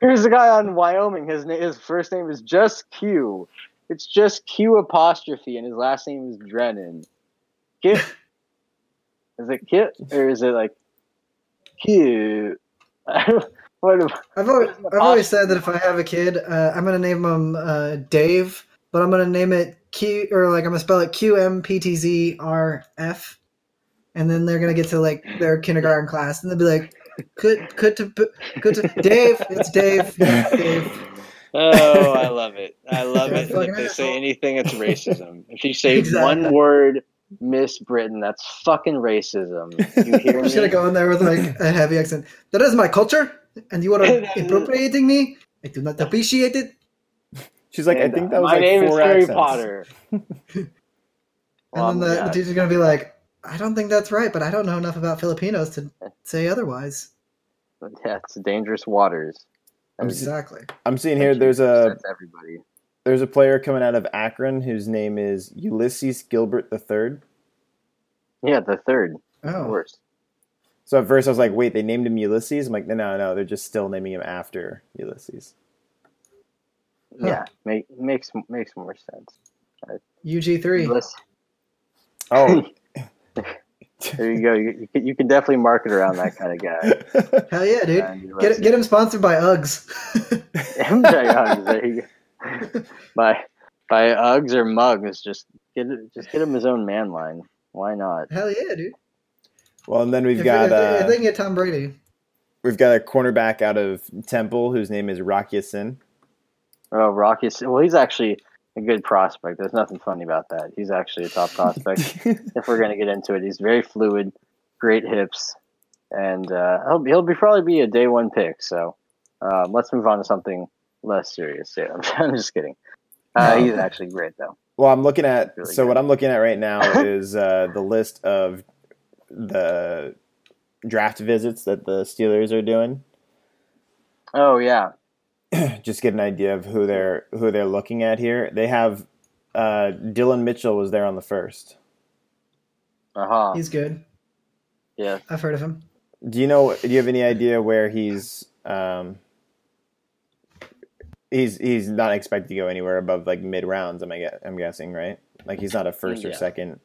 Speaker 3: Here's a guy on Wyoming. His name, his first name is just Q. It's just Q apostrophe, and his last name is Drennan. Kit? is it Kit or is it like Q? what? am-
Speaker 2: I've always, I've always said that if I have a kid, uh, I'm gonna name him uh, Dave, but I'm gonna name it Q or like I'm gonna spell it Q M P T Z R F, and then they're gonna get to like their kindergarten class and they'll be like, "Could could to could to Dave? It's Dave. It's Dave."
Speaker 3: Oh, I love it. I love
Speaker 2: You're a
Speaker 3: it. And if
Speaker 2: fucking
Speaker 3: they say
Speaker 2: asshole.
Speaker 3: anything, it's racism. If you say
Speaker 2: Exactly.
Speaker 3: one word, Miss Britain, that's fucking racism. You hear
Speaker 2: I'm just gonna
Speaker 3: me?
Speaker 2: go in there with like a heavy accent. That is my culture, and you are appropriating me. I do not appreciate it.
Speaker 1: She's like, I
Speaker 3: And,
Speaker 1: think
Speaker 3: uh,
Speaker 1: that was
Speaker 3: My
Speaker 1: like
Speaker 3: name
Speaker 1: four
Speaker 3: is Harry
Speaker 1: accents.
Speaker 3: Potter. Oh
Speaker 2: And
Speaker 3: my
Speaker 2: then the, the
Speaker 3: God.
Speaker 2: teacher's gonna be like, "I don't think that's right, but I don't know enough about Filipinos to say otherwise."
Speaker 3: yeah, it's dangerous waters.
Speaker 1: I'm s-
Speaker 2: Exactly.
Speaker 1: I'm seeing here. There's a
Speaker 3: That's everybody.
Speaker 1: there's a player coming out of Akron whose name is Ulysses Gilbert III.
Speaker 3: Yeah, the third
Speaker 2: Oh,
Speaker 3: worst.
Speaker 1: So at first I was like, wait, they named him Ulysses. I'm like, no, no, no, they're just still naming him after Ulysses.
Speaker 2: Huh.
Speaker 3: Yeah, make, makes makes more sense.
Speaker 2: UG three.
Speaker 3: Listen,
Speaker 1: Oh,
Speaker 3: there you go. You, you, can, you can definitely market around that kind of guy.
Speaker 2: Hell yeah, dude!
Speaker 3: And you
Speaker 2: Get
Speaker 3: listen.
Speaker 2: get him sponsored by Uggs.
Speaker 3: MJ Uggs. There you go. By by Uggs or Mugs, just get just get him his own man line. Why not?
Speaker 2: Hell yeah, dude!
Speaker 1: well, and then we've
Speaker 2: If,
Speaker 1: got
Speaker 2: if, they, if
Speaker 1: uh,
Speaker 2: they can get Tom Brady,
Speaker 1: we've got a cornerback out of Temple whose name is Rocky Sin.
Speaker 3: Oh, Rocky. Well, he's actually a good prospect. There's nothing funny about that. He's actually a top prospect. if we're gonna get into it, he's very fluid, great hips, and uh, he'll be, he'll be probably be a day one pick. So um, let's move on to something less serious. Yeah, I'm just kidding. Uh, he's actually great though.
Speaker 1: Well, I'm looking at
Speaker 3: Really
Speaker 1: so
Speaker 3: good.
Speaker 1: what I'm looking at right now is uh, the list of the draft visits that the Steelers are doing.
Speaker 3: Oh yeah,
Speaker 1: Just get an idea of who they're who they're looking at here. They have uh, Dylan Mitchell was there on the first.
Speaker 3: aha,
Speaker 2: He's good.
Speaker 3: Uh-huh. yeah.
Speaker 2: I've heard of him.
Speaker 1: Do you know? Do you have any idea where he's? Um, he's he's not expected to go anywhere above like mid rounds. Am I? gue- I'm guessing right. Like he's not a first or
Speaker 3: Yeah.
Speaker 1: second.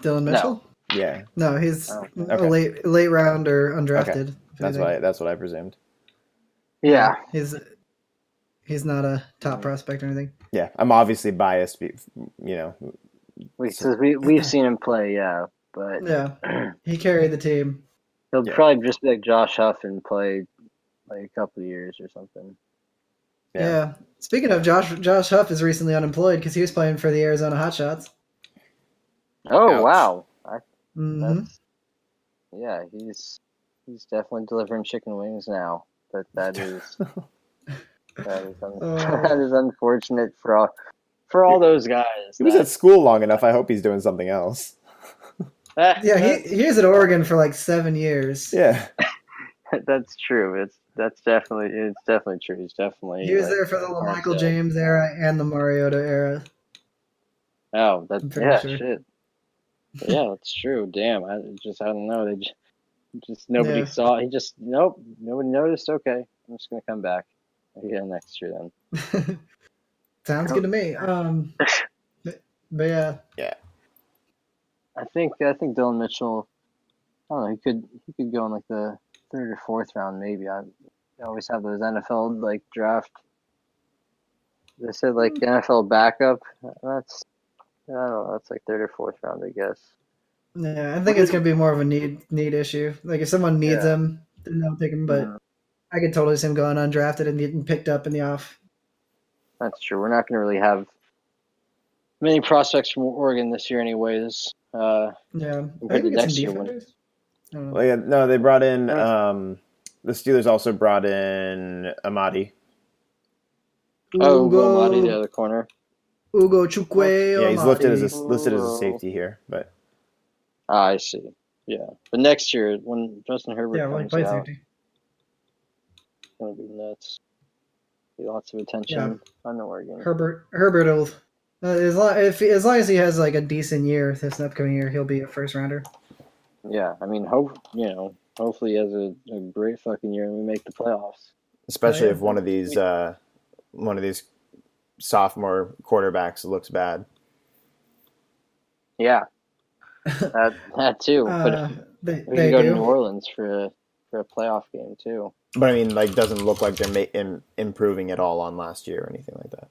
Speaker 2: Dylan Mitchell?
Speaker 1: Yeah,
Speaker 2: No, he's
Speaker 3: Oh,
Speaker 1: okay.
Speaker 2: a late late rounder, undrafted. if
Speaker 1: that's
Speaker 2: anything.
Speaker 1: what I, that's what I presumed.
Speaker 3: Yeah,
Speaker 2: He's he's not a top prospect or anything.
Speaker 1: Yeah, I'm obviously biased. be- You know,
Speaker 3: we, 'cause we we've seen him play. Yeah, but
Speaker 2: Yeah, he carried the team.
Speaker 3: he'll
Speaker 1: Yeah.
Speaker 3: probably just be like Josh Huff and play like a couple of years or something.
Speaker 2: Yeah.
Speaker 1: yeah.
Speaker 2: Speaking of Josh, Josh Huff is recently unemployed because he was playing for the Arizona Hotshots.
Speaker 3: Oh
Speaker 1: Ouch.
Speaker 3: wow, I,
Speaker 2: hmm
Speaker 3: that's, yeah, he's he's definitely delivering chicken wings now. But that is that is, un-
Speaker 2: Oh.
Speaker 3: that is unfortunate for all for all those guys.
Speaker 1: He was
Speaker 3: that-
Speaker 1: at school long enough. I hope he's doing something else.
Speaker 3: that-
Speaker 2: Yeah, he, he was at Oregon for like seven years.
Speaker 1: Yeah,
Speaker 3: that's true. It's that's definitely it's definitely true. He's definitely
Speaker 2: He was
Speaker 3: like,
Speaker 2: there for the
Speaker 3: hard
Speaker 2: Michael
Speaker 3: to-
Speaker 2: James era and the Mariota era.
Speaker 3: Oh,
Speaker 2: I'm
Speaker 3: that's
Speaker 2: pretty
Speaker 3: yeah,
Speaker 2: sure.
Speaker 3: shit. Yeah, that's true. Damn, I just I don't know. They just, just nobody
Speaker 2: Yeah.
Speaker 3: saw. He just nope, nobody noticed. Okay, I'm just gonna come back again next year then.
Speaker 2: Sounds good to me. Um, but, but yeah,
Speaker 3: I think I think Dylan Mitchell. I don't know. He could he could go in like the third or fourth round maybe. I, they always have those NFL like draft. They said like
Speaker 2: Hmm.
Speaker 3: NFL backup. That's I don't know. That's like third or fourth round, I guess.
Speaker 2: yeah, I think it's gonna be more of a need need issue. Like if someone needs
Speaker 3: Yeah.
Speaker 2: him, then they'll take him. But
Speaker 3: Mm,
Speaker 2: I could totally see him going undrafted and getting picked up in the off.
Speaker 3: that's true. We're not going to really have many prospects from Oregon this year, anyways. Uh,
Speaker 2: Yeah, I
Speaker 3: Compared
Speaker 2: think we
Speaker 3: to
Speaker 2: get
Speaker 3: next
Speaker 2: some
Speaker 3: year when-
Speaker 2: defenders. I don't know.
Speaker 1: well, yeah. No, they brought in.
Speaker 3: Nice.
Speaker 1: Um, the Steelers also brought in Amadi.
Speaker 3: oh,
Speaker 2: Ugo-
Speaker 3: Guamadi, the other corner.
Speaker 2: Ugo Chukwe.
Speaker 1: Yeah, he's listed as a,
Speaker 3: Amadi.
Speaker 1: listed as a safety here, but
Speaker 3: Ah, I see. Yeah, but next year when Justin Herbert
Speaker 2: Yeah, well, he
Speaker 3: comes
Speaker 2: plays
Speaker 3: out,
Speaker 2: safety.
Speaker 3: It's gonna be nuts. Be lots of attention on Oregon.
Speaker 2: Herbert Herbert will uh, as long if as long as he has like a decent year this upcoming year, he'll be a first rounder.
Speaker 3: yeah, I mean, hope you know. Hopefully, he has a, a great fucking year and we make the playoffs.
Speaker 1: especially
Speaker 2: Oh, yeah.
Speaker 1: if one of these uh, one of these sophomore quarterbacks looks bad.
Speaker 3: Yeah, that that too.
Speaker 2: Uh, they
Speaker 3: but we
Speaker 2: they
Speaker 3: can go to New
Speaker 2: do.
Speaker 3: Orleans for a, for a playoff game too.
Speaker 1: But I mean, like, doesn't look like they're ma- Im- improving at all on last year or anything like that.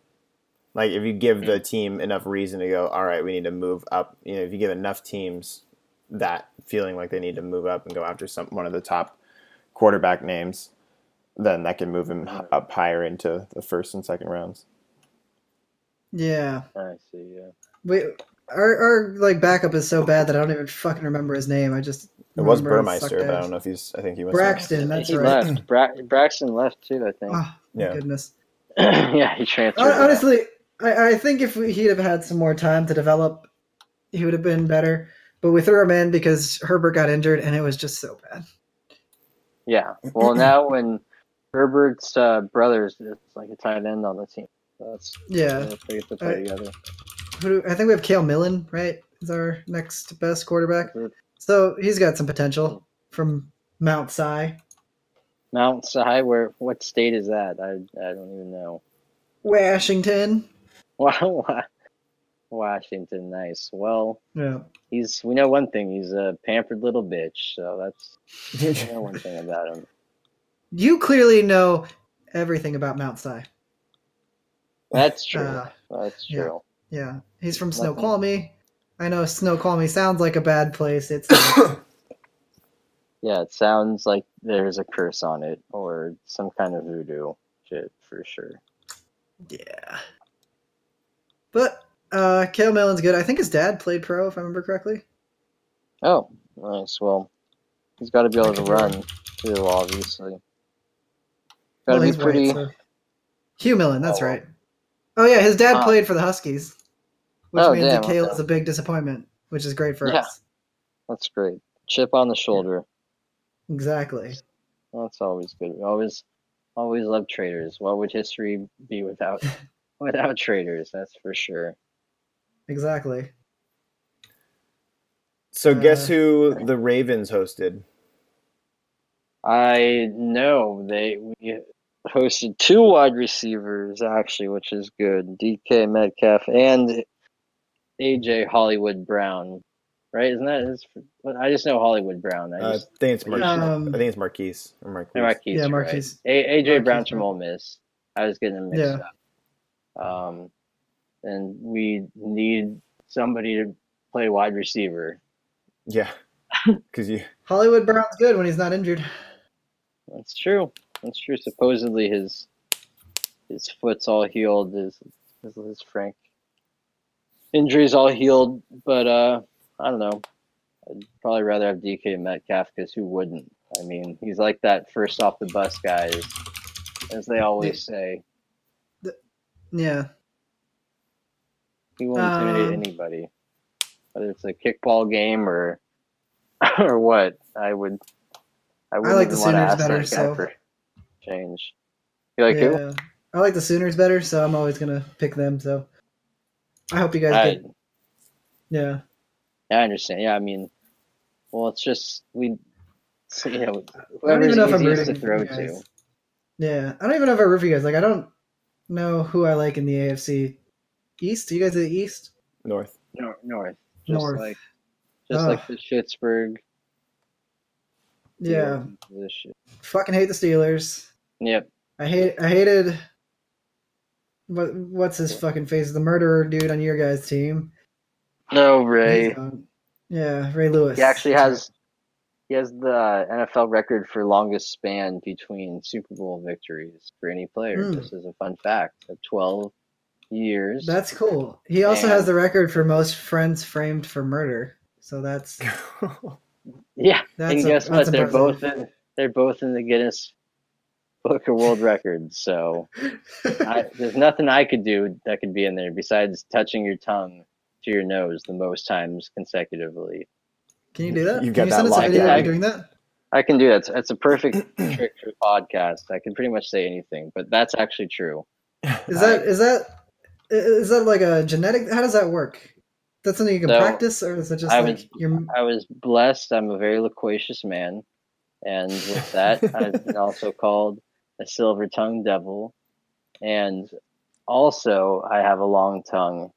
Speaker 1: Like, if you give
Speaker 2: Mm.
Speaker 1: the team enough reason to go, all right, we need to move up. You know, if you give enough teams that feeling like they need to move up and go after some one of the top quarterback names, then that can move him
Speaker 2: Mm.
Speaker 1: h- up higher into the first and second rounds.
Speaker 2: Yeah,
Speaker 3: I see. Yeah.
Speaker 2: we our our like backup is so bad that I don't even fucking remember his name. I just
Speaker 1: It was
Speaker 2: remember it sucked
Speaker 1: Burmeister, but I
Speaker 2: ass.
Speaker 1: don't know if he's. I think he was
Speaker 2: Braxton. That's
Speaker 3: he
Speaker 2: right.
Speaker 3: left. Bra- Braxton left too, I think.
Speaker 2: Oh, my
Speaker 1: Yeah.
Speaker 2: goodness.
Speaker 3: yeah, he transferred.
Speaker 2: Hon- Honestly, I, I think if we, he'd have had some more time to develop, he would have been better. But we threw him in because Herbert got injured, and it was just so bad.
Speaker 3: Yeah. Well, now when Herbert's uh, brothers is like a tight end on the team, so that's uh,
Speaker 2: Yeah,
Speaker 3: they get to play
Speaker 2: I-
Speaker 3: together.
Speaker 2: Who do, I think we have Kale Millen, right? Is our next best quarterback.
Speaker 3: Mm-hmm.
Speaker 2: So he's got some potential from Mount Sinai.
Speaker 3: Mount Sinai, where what state is that? I I don't even know.
Speaker 2: Washington.
Speaker 3: Wow, wa- Washington, nice. Well,
Speaker 2: Yeah.
Speaker 3: he's we know one thing. He's a pampered little bitch. So that's
Speaker 1: Braxton.
Speaker 3: we know one thing about him.
Speaker 2: You clearly know everything about Mount Sinai.
Speaker 3: That's true.
Speaker 2: Uh,
Speaker 3: that's
Speaker 2: yeah.
Speaker 3: true.
Speaker 2: Yeah. He's from
Speaker 3: Nothing.
Speaker 2: Snoqualmie. I know Snoqualmie sounds like a bad place. It's not.
Speaker 3: Yeah. it sounds like there's a curse on it or some kind of voodoo shit for sure.
Speaker 2: yeah. But uh, Kale Mellon's good. I think his dad played pro, if I remember correctly.
Speaker 3: Oh, nice. Well, he's got to be able to
Speaker 2: Okay.
Speaker 3: run too, obviously. Got to
Speaker 2: Well,
Speaker 3: be
Speaker 2: he's white,
Speaker 3: pretty.
Speaker 2: so- Hugh Millen, that's
Speaker 3: Oh.
Speaker 2: right. Oh yeah, his dad
Speaker 3: Ah.
Speaker 2: played for the Huskies, which
Speaker 3: Oh,
Speaker 2: means
Speaker 3: damn,
Speaker 2: that Kale
Speaker 3: okay.
Speaker 2: is a big disappointment, which is great for
Speaker 3: Yeah.
Speaker 2: us.
Speaker 3: That's great. Chip on the shoulder.
Speaker 2: Exactly.
Speaker 3: That's always good. We always, always love traders. What would history be without, without traders? That's for sure.
Speaker 2: Exactly.
Speaker 1: So guess
Speaker 2: Uh,
Speaker 1: who the Ravens hosted?
Speaker 3: I know they we hosted two wide receivers actually, which is good. DK Metcalf and AJ Hollywood Brown, right? Isn't that is? I just know Hollywood Brown. I
Speaker 1: Uh, I
Speaker 3: just
Speaker 1: think it's Marquise.
Speaker 2: Um,
Speaker 1: I think it's Marquise or Marquise.
Speaker 3: uh, Marquise,
Speaker 2: yeah,
Speaker 3: yeah,
Speaker 2: Marquise.
Speaker 3: A, AJ
Speaker 2: Marquise
Speaker 3: Brown's from Ole
Speaker 2: Brown.
Speaker 3: Miss. I was getting them mixed up. Um, and we need somebody to play wide receiver.
Speaker 1: Yeah, because you
Speaker 2: Hollywood Brown's good when he's not injured.
Speaker 3: That's true. That's true. Supposedly his his foot's all healed. His his, his Frank injury's all healed. But uh, I don't know. I'd probably rather have DK Metcalf because who wouldn't? I mean, he's like that first off the bus guys, as they always say.
Speaker 2: Yeah.
Speaker 3: He won't intimidate
Speaker 2: Um,
Speaker 3: anybody, whether it's a kickball game or or what. I would. I wouldn't
Speaker 2: like the
Speaker 3: even wanna
Speaker 2: Sooners
Speaker 3: ask that
Speaker 2: better,
Speaker 3: guy
Speaker 2: so-
Speaker 3: for change. You like who?
Speaker 2: yeah. I like the Sooners better, so I'm always gonna pick them. So I hope you guys
Speaker 3: I-
Speaker 2: get. Yeah.
Speaker 3: I understand. Yeah, I mean, well, it's just we, so, you know,
Speaker 2: I don't
Speaker 3: whoever's
Speaker 2: even know if I'm
Speaker 3: easiest to
Speaker 2: rooting
Speaker 3: throw
Speaker 2: for you
Speaker 3: to.
Speaker 2: guys. Yeah, I don't even know if I root for you guys. Like, I don't know who I like in the AFC East. Do you guys do the East?
Speaker 1: North.
Speaker 3: North, north, just
Speaker 2: North.
Speaker 3: like, just
Speaker 2: Ugh.
Speaker 3: like the Pittsburgh.
Speaker 2: Yeah.
Speaker 3: the shit.
Speaker 2: Fucking hate the Steelers.
Speaker 3: Yep.
Speaker 2: I hate. I hated. What, what's his fucking face? The murderer dude on your guys' team.
Speaker 3: No, Ray.
Speaker 2: He's on- Yeah, Ray Lewis.
Speaker 3: He actually has, he has the NFL record for longest span between Super Bowl victories for any player.
Speaker 2: Hmm.
Speaker 3: This is a fun fact. Of Twelve years.
Speaker 2: That's cool. He also
Speaker 3: And-
Speaker 2: has the record for most friends framed for murder. So that's
Speaker 3: yeah.
Speaker 2: that's.
Speaker 3: and guess
Speaker 2: that's
Speaker 3: what? They're both
Speaker 2: impressive.
Speaker 3: in. They're both in the Guinness Book of World Records. So. I, there's nothing I could do that could be in there besides touching your tongue to your nose the most times consecutively.
Speaker 2: Can you do that?
Speaker 1: You've got
Speaker 2: Can you
Speaker 1: that
Speaker 2: send us a
Speaker 1: locked
Speaker 2: video of
Speaker 3: down.
Speaker 2: you doing that?
Speaker 3: I can do that. It's, it's a perfect trick for podcast. I can pretty much say anything, but that's actually true.
Speaker 2: Is that is that i- is that like a genetic? How does that work? That's something you can
Speaker 3: So,
Speaker 2: practice, or is it just
Speaker 3: I
Speaker 2: like
Speaker 3: was-
Speaker 2: your?
Speaker 3: I was blessed. I'm a very loquacious man, and with that, I've been also called a silver tongued devil, and also I have a long tongue,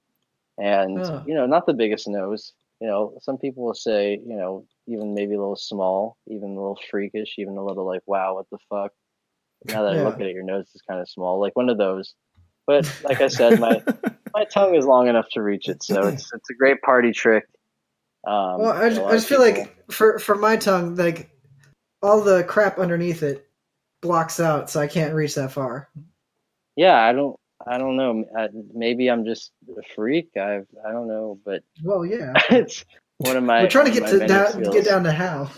Speaker 3: and
Speaker 2: Huh.
Speaker 3: you know, not the biggest nose. You know, some people will say, you know, even maybe a little small, even a little freakish, even a little like, wow, what the fuck. Now that I look at it, your nose is kind of small, like one of those. But like I said, my my tongue is long enough to reach it, so it's it's a great party trick. Um,
Speaker 2: Well, I,
Speaker 3: and a
Speaker 2: ju-
Speaker 3: lot
Speaker 2: I
Speaker 3: of
Speaker 2: just feel
Speaker 3: people-
Speaker 2: like for for my tongue, like all the crap underneath it blocks out, so I can't reach that far.
Speaker 3: yeah, I don't I don't know. I, maybe I'm just a freak. I I don't know, but
Speaker 2: Well, yeah,
Speaker 3: it's one of my.
Speaker 2: we're trying to get
Speaker 3: one
Speaker 2: to
Speaker 3: of my many
Speaker 2: down, get
Speaker 3: skills.
Speaker 2: down to how.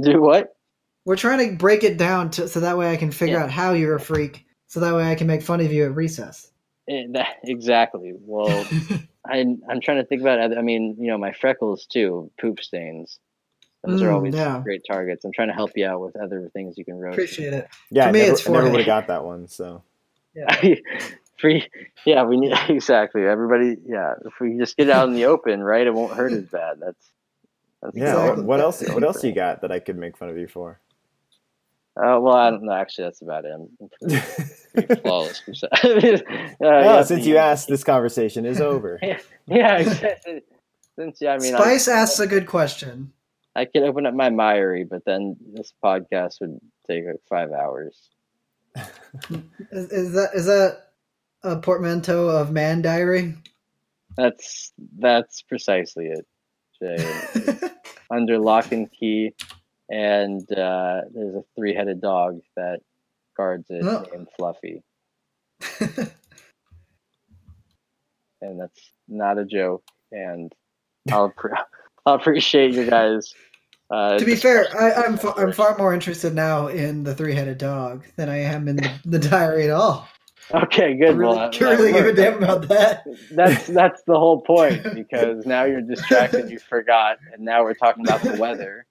Speaker 3: Do what?
Speaker 2: We're trying to break it down to, so that way I can figure
Speaker 3: Yeah.
Speaker 2: out how you're a freak, so that way I can make fun of you at recess.
Speaker 3: Eh, that- exactly. Well, I'm I'm trying to think about. other- I mean, you know, my freckles too, poop stains. Those are
Speaker 2: Mm,
Speaker 3: always
Speaker 2: yeah.
Speaker 3: great targets. I'm trying to help you out with other things you can roast.
Speaker 2: Appreciate it.
Speaker 1: yeah,
Speaker 2: For
Speaker 1: I
Speaker 2: me,
Speaker 1: never,
Speaker 2: it's
Speaker 1: I never
Speaker 2: forehead.
Speaker 1: would have got that one. So
Speaker 3: free yeah we need exactly everybody yeah if we just get out in the open right it won't hurt as bad that's that's
Speaker 1: yeah,
Speaker 2: Exactly.
Speaker 1: what, what else? What else you got that I could make fun of you for?
Speaker 3: uh, well i don't know actually that's about it i'm
Speaker 1: well,
Speaker 3: pretty flawless besides- uh, yeah,
Speaker 1: since you asked, this conversation is over.
Speaker 3: yeah exactly. since yeah i mean I,
Speaker 2: Spice asks a good question.
Speaker 3: I could open up my miry but then this podcast would take like five hours
Speaker 2: Is, is that is that a portmanteau of man diary?
Speaker 3: that's that's precisely it Jay. under lock and key, and uh, there's a three-headed dog that guards it
Speaker 2: Oh.
Speaker 3: named Fluffy. and that's not a joke. And I'll, appre I'll appreciate you guys. Uh,
Speaker 2: to be fair, I, I'm fa- I'm far more interested now in the three-headed dog than I am in the, the diary at all.
Speaker 3: okay,
Speaker 2: I
Speaker 3: good.
Speaker 2: really,
Speaker 3: Well,
Speaker 2: can't
Speaker 3: that
Speaker 2: really give a
Speaker 3: worked.
Speaker 2: damn about that.
Speaker 3: That's that's the whole point because now you're distracted, you forgot, and now we're talking about the weather.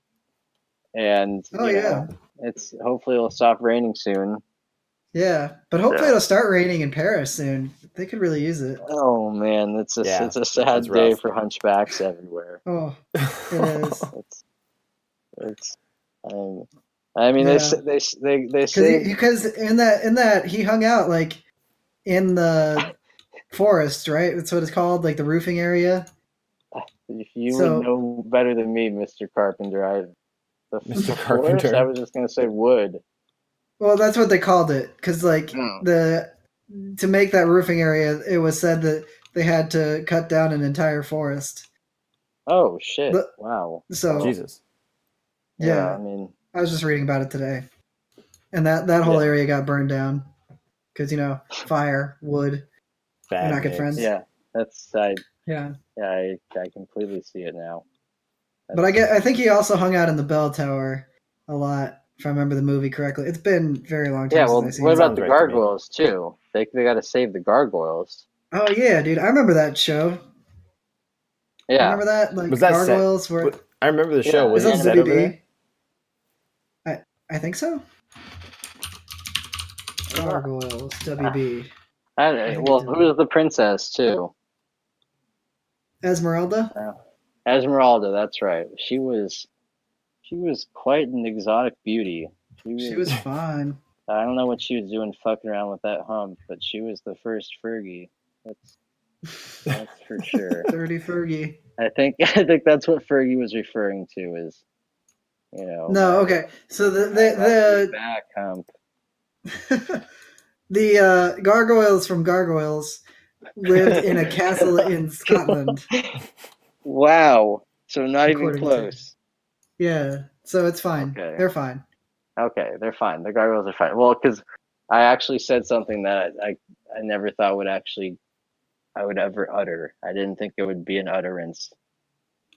Speaker 3: And
Speaker 2: Oh
Speaker 3: you know,
Speaker 2: yeah,
Speaker 3: it's hopefully it'll stop raining soon.
Speaker 2: yeah. But hopefully
Speaker 3: Yeah.
Speaker 2: it'll start raining in Paris soon. They could really use it.
Speaker 3: Oh man, it's a
Speaker 1: Yeah,
Speaker 3: it's a sad
Speaker 1: that's rough.
Speaker 3: day for hunchbacks everywhere.
Speaker 2: Oh, it is.
Speaker 3: It's it's um, I mean they
Speaker 2: Yeah.
Speaker 3: s- they s- they they
Speaker 2: Because
Speaker 3: say
Speaker 2: because in that in that he hung out like in the forest, right? That's what it's called, like the roofing area.
Speaker 3: if you
Speaker 2: so-
Speaker 3: would know better than me, Mr. Carpenter. I the
Speaker 1: Mr.
Speaker 3: forest?
Speaker 1: Carpenter.
Speaker 3: I was just gonna say wood.
Speaker 2: Well, that's what they called it because like
Speaker 3: Mm.
Speaker 2: the to make that roofing area, it was said that they had to cut down an entire forest.
Speaker 3: Oh shit!
Speaker 2: But-
Speaker 3: wow.
Speaker 2: So
Speaker 1: Jesus.
Speaker 2: yeah.
Speaker 3: I mean.
Speaker 2: I was just reading about it today, and that that whole
Speaker 3: Yeah.
Speaker 2: area got burned down because you know fire, wood.
Speaker 1: Bad
Speaker 2: We're not good
Speaker 1: news.
Speaker 2: friends.
Speaker 3: Yeah, that's I
Speaker 2: Yeah,
Speaker 3: I I completely see it now.
Speaker 2: but I get I think he also hung out in the bell tower a lot. If I remember the movie correctly, it's been a very long time.
Speaker 3: Yeah, well,
Speaker 2: since
Speaker 3: what
Speaker 2: I've seen
Speaker 3: about
Speaker 1: sounds
Speaker 3: the
Speaker 1: right to me.
Speaker 3: gargoyles too? They they got to save the gargoyles.
Speaker 2: it. Oh yeah, dude, I remember that show.
Speaker 3: Yeah,
Speaker 2: Remember that? Like
Speaker 1: Was that set-
Speaker 2: gargoyles were
Speaker 1: But I remember the
Speaker 3: Yeah,
Speaker 1: show.
Speaker 2: was
Speaker 1: was it
Speaker 2: that
Speaker 1: set over there?
Speaker 2: ZBB? I I think so.
Speaker 3: Yeah.
Speaker 2: Gargoyles, WB.
Speaker 3: I-
Speaker 2: think
Speaker 3: well,
Speaker 2: it's-
Speaker 3: who was the princess too?
Speaker 2: Esmeralda?
Speaker 3: Esmeralda. That's right. She was she was quite an exotic beauty. She was,
Speaker 2: She was fine.
Speaker 3: I don't know what she was doing fucking around with that hump, but she was the first Fergie. That's that's for sure.
Speaker 2: Dirty Fergie.
Speaker 3: I think I think that's what Fergie was referring to is, you know.
Speaker 2: No, okay. So the
Speaker 3: that- that
Speaker 2: the
Speaker 3: back hump.
Speaker 2: the, the uh, gargoyles from Gargoyles lived in a castle in Scotland.
Speaker 3: Wow. So not even
Speaker 2: According to-
Speaker 3: close.
Speaker 2: Yeah, so it's fine.
Speaker 3: Okay.
Speaker 2: They're fine.
Speaker 3: Okay, they're fine. The gargoyles are fine. Well, because I actually said something that I, I I never thought would actually I would ever utter. I didn't think it would be an utterance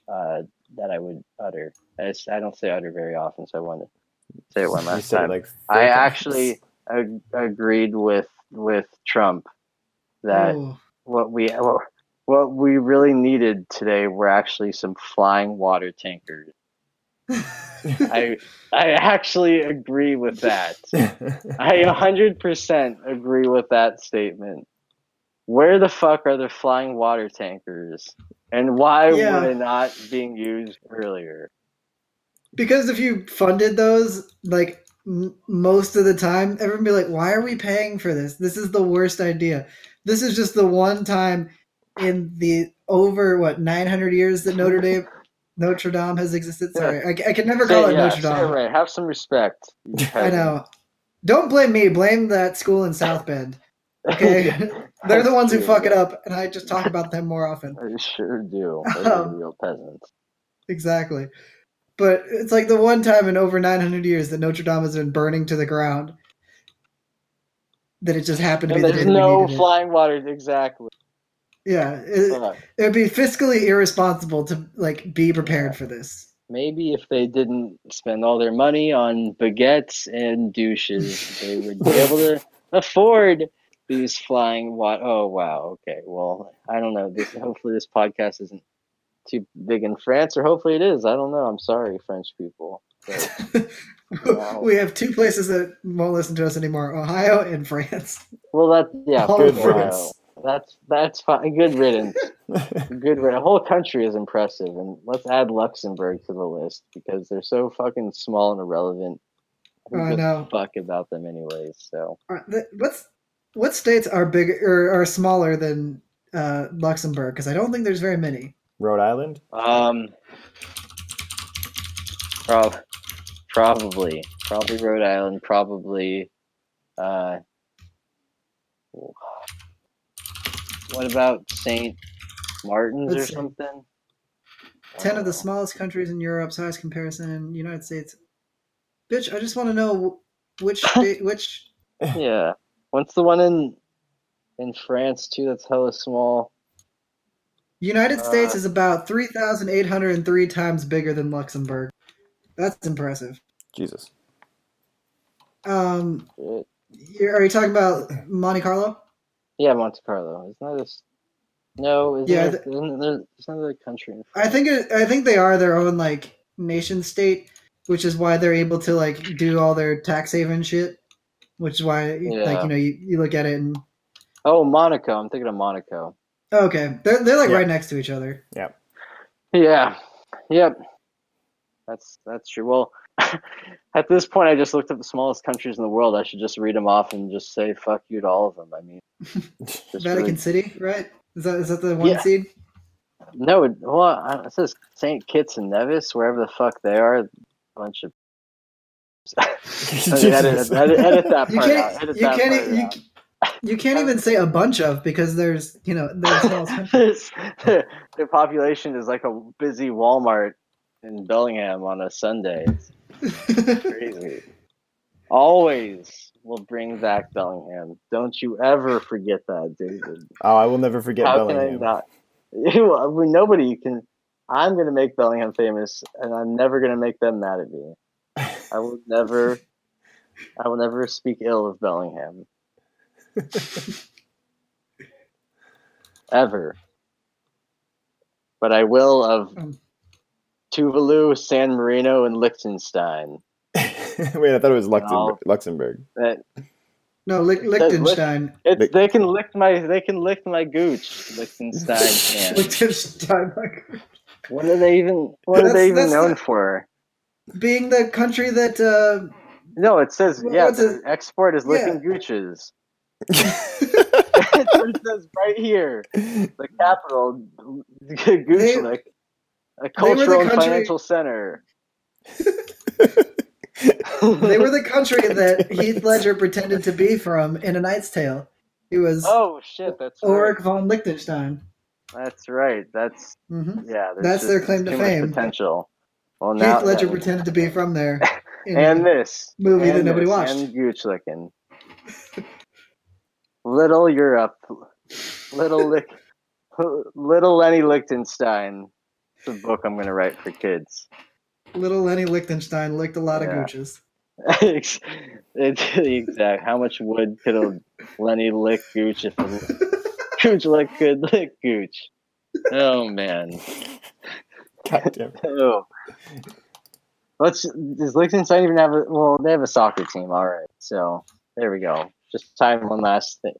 Speaker 3: uh, that I would utter. I, just- I don't say utter very often, so I wanted to say it one
Speaker 1: You
Speaker 3: last
Speaker 1: said it
Speaker 3: time.
Speaker 1: like four
Speaker 3: I
Speaker 1: times.
Speaker 3: actually ag- agreed with with Trump that
Speaker 1: Mm.
Speaker 2: Oh,
Speaker 3: what we what, what we really needed today were actually some flying water tankers. I I actually agree with that. I 100% agree with that statement. Where the fuck are the flying water tankers? And why
Speaker 2: Yeah.
Speaker 3: were they not being used earlier?
Speaker 2: because if you funded those, like m- most of the time, everyone would be like, "Why are we paying for this? This is the worst idea. This is just the one time in the over what 900 years that Notre Dame." Notre Dame has existed. Sorry, I, I can never call
Speaker 3: Say-
Speaker 2: it
Speaker 3: yeah,
Speaker 2: Notre
Speaker 3: say it
Speaker 2: Dame.
Speaker 3: right. Have some respect.
Speaker 2: I know. Don't blame me. Blame that school in South Bend. Okay, they're the ones who fuck it up, and I just talk about them more often.
Speaker 3: I sure do. They're
Speaker 2: Um,
Speaker 3: real peasants.
Speaker 2: Exactly. But it's like the one time in over 900 years that Notre Dame has been burning to the ground. That it just happened to be
Speaker 3: And
Speaker 2: the day
Speaker 3: there's
Speaker 2: that we
Speaker 3: no
Speaker 2: needed
Speaker 3: flying water. Exactly.
Speaker 2: it. Yeah, it,
Speaker 3: Fuck.
Speaker 2: it would be fiscally irresponsible to like be prepared for this.
Speaker 3: Maybe if they didn't spend all their money on baguettes and douches, they would be able to afford these flying wa Oh wow, okay. Well, I don't know. This hopefully this podcast isn't too big in France, or hopefully it is. I don't know. I'm sorry, French people. But, Wow.
Speaker 2: we have two places that won't listen to us anymore: Ohio and France.
Speaker 3: well, that yeah,
Speaker 2: Oh,
Speaker 1: Good
Speaker 2: wow.
Speaker 1: friends.
Speaker 3: That's that's fine. Good riddance. Good riddance. A whole country is impressive, and let's add Luxembourg to the list because they're so fucking small and irrelevant. Who
Speaker 2: I
Speaker 3: gives a
Speaker 2: know.
Speaker 3: fuck about them anyways. So
Speaker 2: Are the- What's what states are big or are smaller than uh, Luxembourg? Because I don't think there's very many.
Speaker 1: Rhode Island.
Speaker 3: um, prob- probably probably Rhode Island. Probably. Uh, what about Saint Martin's
Speaker 2: Let's
Speaker 3: or
Speaker 2: see.
Speaker 3: something? I
Speaker 2: Ten
Speaker 3: don't
Speaker 2: of the
Speaker 3: know.
Speaker 2: smallest countries in Europe, size comparison, United States. Bitch, I just want to know wh- which state, which.
Speaker 3: Yeah. What's the one in in France too? That's hella small.
Speaker 2: United States
Speaker 3: Uh,
Speaker 2: is about 3,803 times bigger than Luxembourg. That's impressive.
Speaker 1: Jesus.
Speaker 2: Um,
Speaker 3: Shit.
Speaker 2: you're, are you talking about Monte Carlo?
Speaker 3: Yeah, Monte Carlo. Isn't that this? No, isn't
Speaker 2: Yeah,
Speaker 3: yeah, there, isn't there, it's another country. in-
Speaker 2: I think it, I think they are their own like nation state, which is why they're able to like do all their tax haven shit. Which is why like
Speaker 3: Yeah.
Speaker 2: you know you, you look at it and
Speaker 3: Oh, Monaco. I'm thinking of Monaco.
Speaker 2: okay they're they're like
Speaker 1: Yeah.
Speaker 2: right next to each other.
Speaker 3: Yeah. Yep. That's that's true. Well, at this point, I just looked up the smallest countries in the world. I should just read them off and just say "fuck you" to all of them. I mean, just
Speaker 2: Vatican
Speaker 3: really-
Speaker 2: City, right? Is that is that the one
Speaker 3: Yeah.
Speaker 2: seed?
Speaker 3: no. it- Well, I- it says Saint Kitts and Nevis, wherever the fuck they are. A bunch of. edit, edit,
Speaker 1: Jesus.
Speaker 3: edit, that part
Speaker 2: You
Speaker 3: out.
Speaker 2: can't
Speaker 3: Edit
Speaker 2: you
Speaker 3: that
Speaker 2: can't
Speaker 3: part
Speaker 2: e- you,
Speaker 3: out.
Speaker 2: you can't even say a bunch of because there's you know there's small countries.
Speaker 3: This- their population is like a busy Walmart in Bellingham on a Sunday. It's crazy. Always will bring back Bellingham. Don't you ever forget that, David.
Speaker 1: Oh, I will never forget
Speaker 3: How
Speaker 1: Bellingham.
Speaker 3: can I not? Well, I mean, Nobody can. I'm going to make Bellingham famous, and I'm never going to make them mad at me. I will never. I will never speak ill of Bellingham. Ever. But I will of
Speaker 2: Um.
Speaker 3: Tuvalu, San Marino, and Liechtenstein.
Speaker 1: Wait, I thought it was Luxembourg.
Speaker 3: No.
Speaker 1: Luxembourg.
Speaker 3: That-
Speaker 2: No, Lich- Liechtenstein.
Speaker 3: It,
Speaker 1: They-
Speaker 3: they, can lick my they can lick my gooch. Liechtenstein can.
Speaker 2: Liechtenstein.
Speaker 3: What are they even What are
Speaker 2: That's-
Speaker 3: they even
Speaker 2: that's
Speaker 3: known
Speaker 2: the-
Speaker 3: for?
Speaker 2: Being the country that uh,
Speaker 3: No, it says
Speaker 2: What-
Speaker 3: yeah.
Speaker 2: what's
Speaker 3: The
Speaker 2: it-
Speaker 3: export is licking gooches. it says right here, the capital,
Speaker 2: They-
Speaker 3: Goochlick,
Speaker 2: were
Speaker 3: a
Speaker 2: the
Speaker 3: cultural and
Speaker 2: country-
Speaker 3: financial center.
Speaker 2: they were the country that Heath Ledger pretended to be from in A Knight's Tale. He was
Speaker 3: oh shit! That's
Speaker 2: Ulrich
Speaker 3: right.
Speaker 2: von Liechtenstein.
Speaker 3: That's right. That's
Speaker 2: hmm
Speaker 3: yeah. there's
Speaker 2: That's
Speaker 3: just
Speaker 2: their claim to
Speaker 3: too much
Speaker 2: fame.
Speaker 3: Potential. Well, now
Speaker 2: Heath Ledger
Speaker 3: then.
Speaker 2: pretended to be from there. in-
Speaker 3: and this
Speaker 2: movie that
Speaker 3: and
Speaker 2: nobody
Speaker 3: this,
Speaker 2: watched.
Speaker 3: And Goochlickin. little Europe, little Lick, little Lenny Lichtenstein. The book I'm going to write for kids.
Speaker 2: little Lenny Lichtenstein licked a lot of
Speaker 3: Yeah.
Speaker 2: gooches.
Speaker 3: it's the exact. How much wood could a Lenny lick Gooch if a Gooch lick could lick Gooch? Oh man.
Speaker 1: God damn.
Speaker 3: Oh. Let's. Does Liechtenstein even have a? Well, they have a soccer team. All right. So there we go. Just tying one last thing,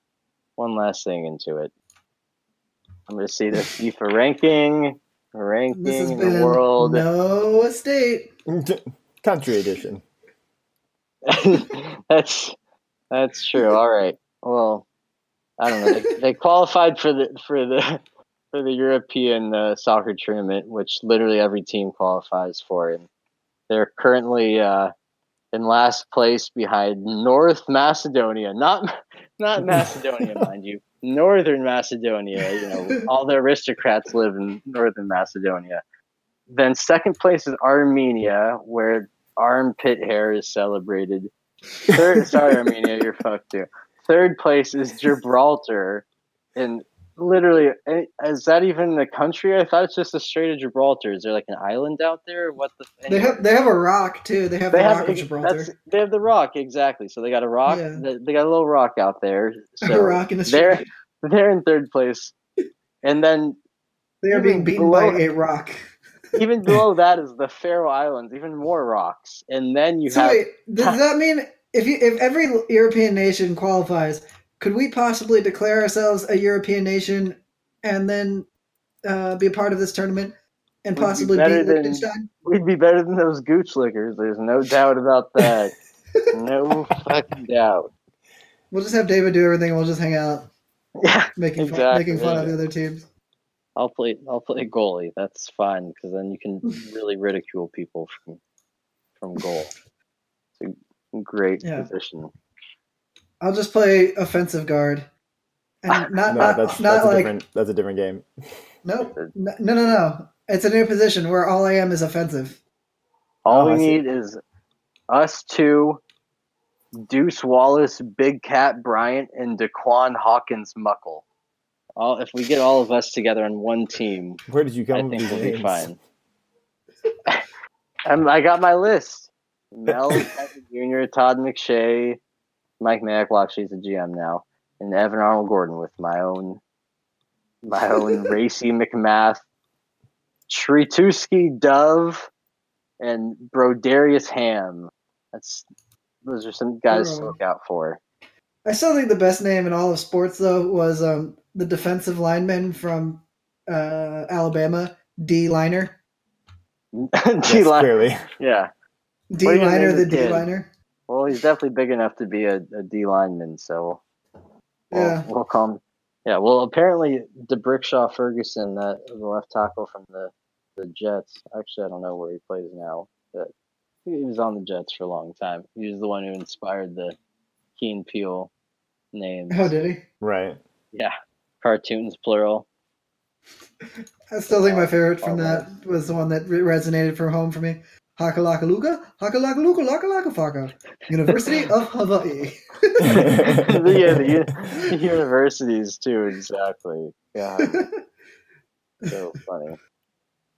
Speaker 3: one last thing into it. I'm going to see the FIFA ranking,
Speaker 2: This
Speaker 3: ranking
Speaker 2: has
Speaker 3: in the
Speaker 2: been
Speaker 3: world.
Speaker 2: no estate.
Speaker 1: Country edition.
Speaker 3: that's that's true. All right. Well, I don't know. They, they qualified for the for the for the European uh, soccer tournament, which literally every team qualifies for, and they're currently uh, in last place behind North Macedonia, not not Macedonia, mind you, Northern Macedonia. You know, all the aristocrats live in Northern Macedonia. Then second place is Armenia, where armpit hair is celebrated. Third, sorry, Armenia, you're fucked too. Third place is Gibraltar, and literally, eh, is that even a country? I thought it's just the Strait of Gibraltar. Is there like an island out there? What the?
Speaker 2: They have they have a rock too. They have
Speaker 3: They
Speaker 2: the
Speaker 3: have-
Speaker 2: rock of Gibraltar.
Speaker 3: that's- they have the rock exactly. So they got a rock.
Speaker 2: Yeah.
Speaker 3: They, they got a little rock out there.
Speaker 2: a
Speaker 3: So
Speaker 2: rock in the
Speaker 3: they're-
Speaker 2: street.
Speaker 3: they're in third place, and then
Speaker 2: They are being
Speaker 3: even
Speaker 2: beaten
Speaker 3: below-
Speaker 2: by a rock.
Speaker 3: even below that is the Faroe Islands. Even more rocks, and then you
Speaker 2: so
Speaker 3: have
Speaker 2: wait, does that mean if you, if every European nation qualifies, could we possibly declare ourselves a European nation and then uh, be a part of this tournament and
Speaker 3: Would be
Speaker 2: possibly beat
Speaker 3: better than-
Speaker 2: Liechtenstein?
Speaker 3: We'd be better than those gooch lickers. There's no doubt about that. no fucking doubt.
Speaker 2: We'll just have David do everything. and We'll just hang out
Speaker 3: Yeah,
Speaker 2: making fun,
Speaker 3: Exactly.
Speaker 2: making fun of the other teams.
Speaker 3: I'll play. I'll play goalie. That's fine because then you can really ridicule people from from goal. It's a great
Speaker 2: Yeah.
Speaker 3: position.
Speaker 2: I'll just play offensive guard. And not
Speaker 1: No,
Speaker 2: not,
Speaker 1: that's,
Speaker 2: Uh, not
Speaker 1: that's a
Speaker 2: like
Speaker 1: different. That's a different game.
Speaker 2: nope. no no no no. It's a new position where all I am is offensive.
Speaker 3: All
Speaker 1: Oh, I
Speaker 3: we
Speaker 1: see.
Speaker 3: need is us two, Deuce Wallace, Big Cat Bryant, and Daquan Hawkins Muckle. all if we get all of us together on one team,
Speaker 1: Where did you
Speaker 3: I
Speaker 1: come up with
Speaker 3: think
Speaker 1: these
Speaker 3: we'll be
Speaker 1: names?
Speaker 3: fine. I'm, I got my list: Mel Tucker Jr., Todd McShay, Mike Mayock. Well, actually, he's the GM now, and Evan Arnold Gordon with my own, my own racy McMath, Tretuski Dove, and Broderius Ham. That's those are some guys to
Speaker 2: Oh.
Speaker 3: look out for.
Speaker 2: I still think the best name in all of sports though was um, the defensive lineman from uh, Alabama, D liner,
Speaker 3: D
Speaker 1: Yes,
Speaker 3: line,
Speaker 1: clearly.
Speaker 3: yeah.
Speaker 2: D
Speaker 3: What do you
Speaker 2: liner,
Speaker 3: name
Speaker 2: the
Speaker 3: the
Speaker 2: D
Speaker 3: kid?
Speaker 2: liner.
Speaker 3: Well, he's definitely big enough to be a, a D lineman, so we'll,
Speaker 2: Yeah.
Speaker 3: we'll call him. Yeah, well, apparently DeBrickshaw Ferguson, that the left tackle from the, the Jets. Actually, I don't know where he plays now, but he was on the Jets for a long time. He was the one who inspired the Keen Peel name.
Speaker 2: Oh, did he?
Speaker 1: Right.
Speaker 3: Yeah, cartoons plural.
Speaker 2: I still think my
Speaker 3: Oh,
Speaker 2: favorite from that was the one that re- resonated from home for me. Hakalakaluka, Hakalakaluka, Lakalakafaka, University of Hawaii.
Speaker 3: yeah, the, uni- universities too. Exactly. Yeah, so funny.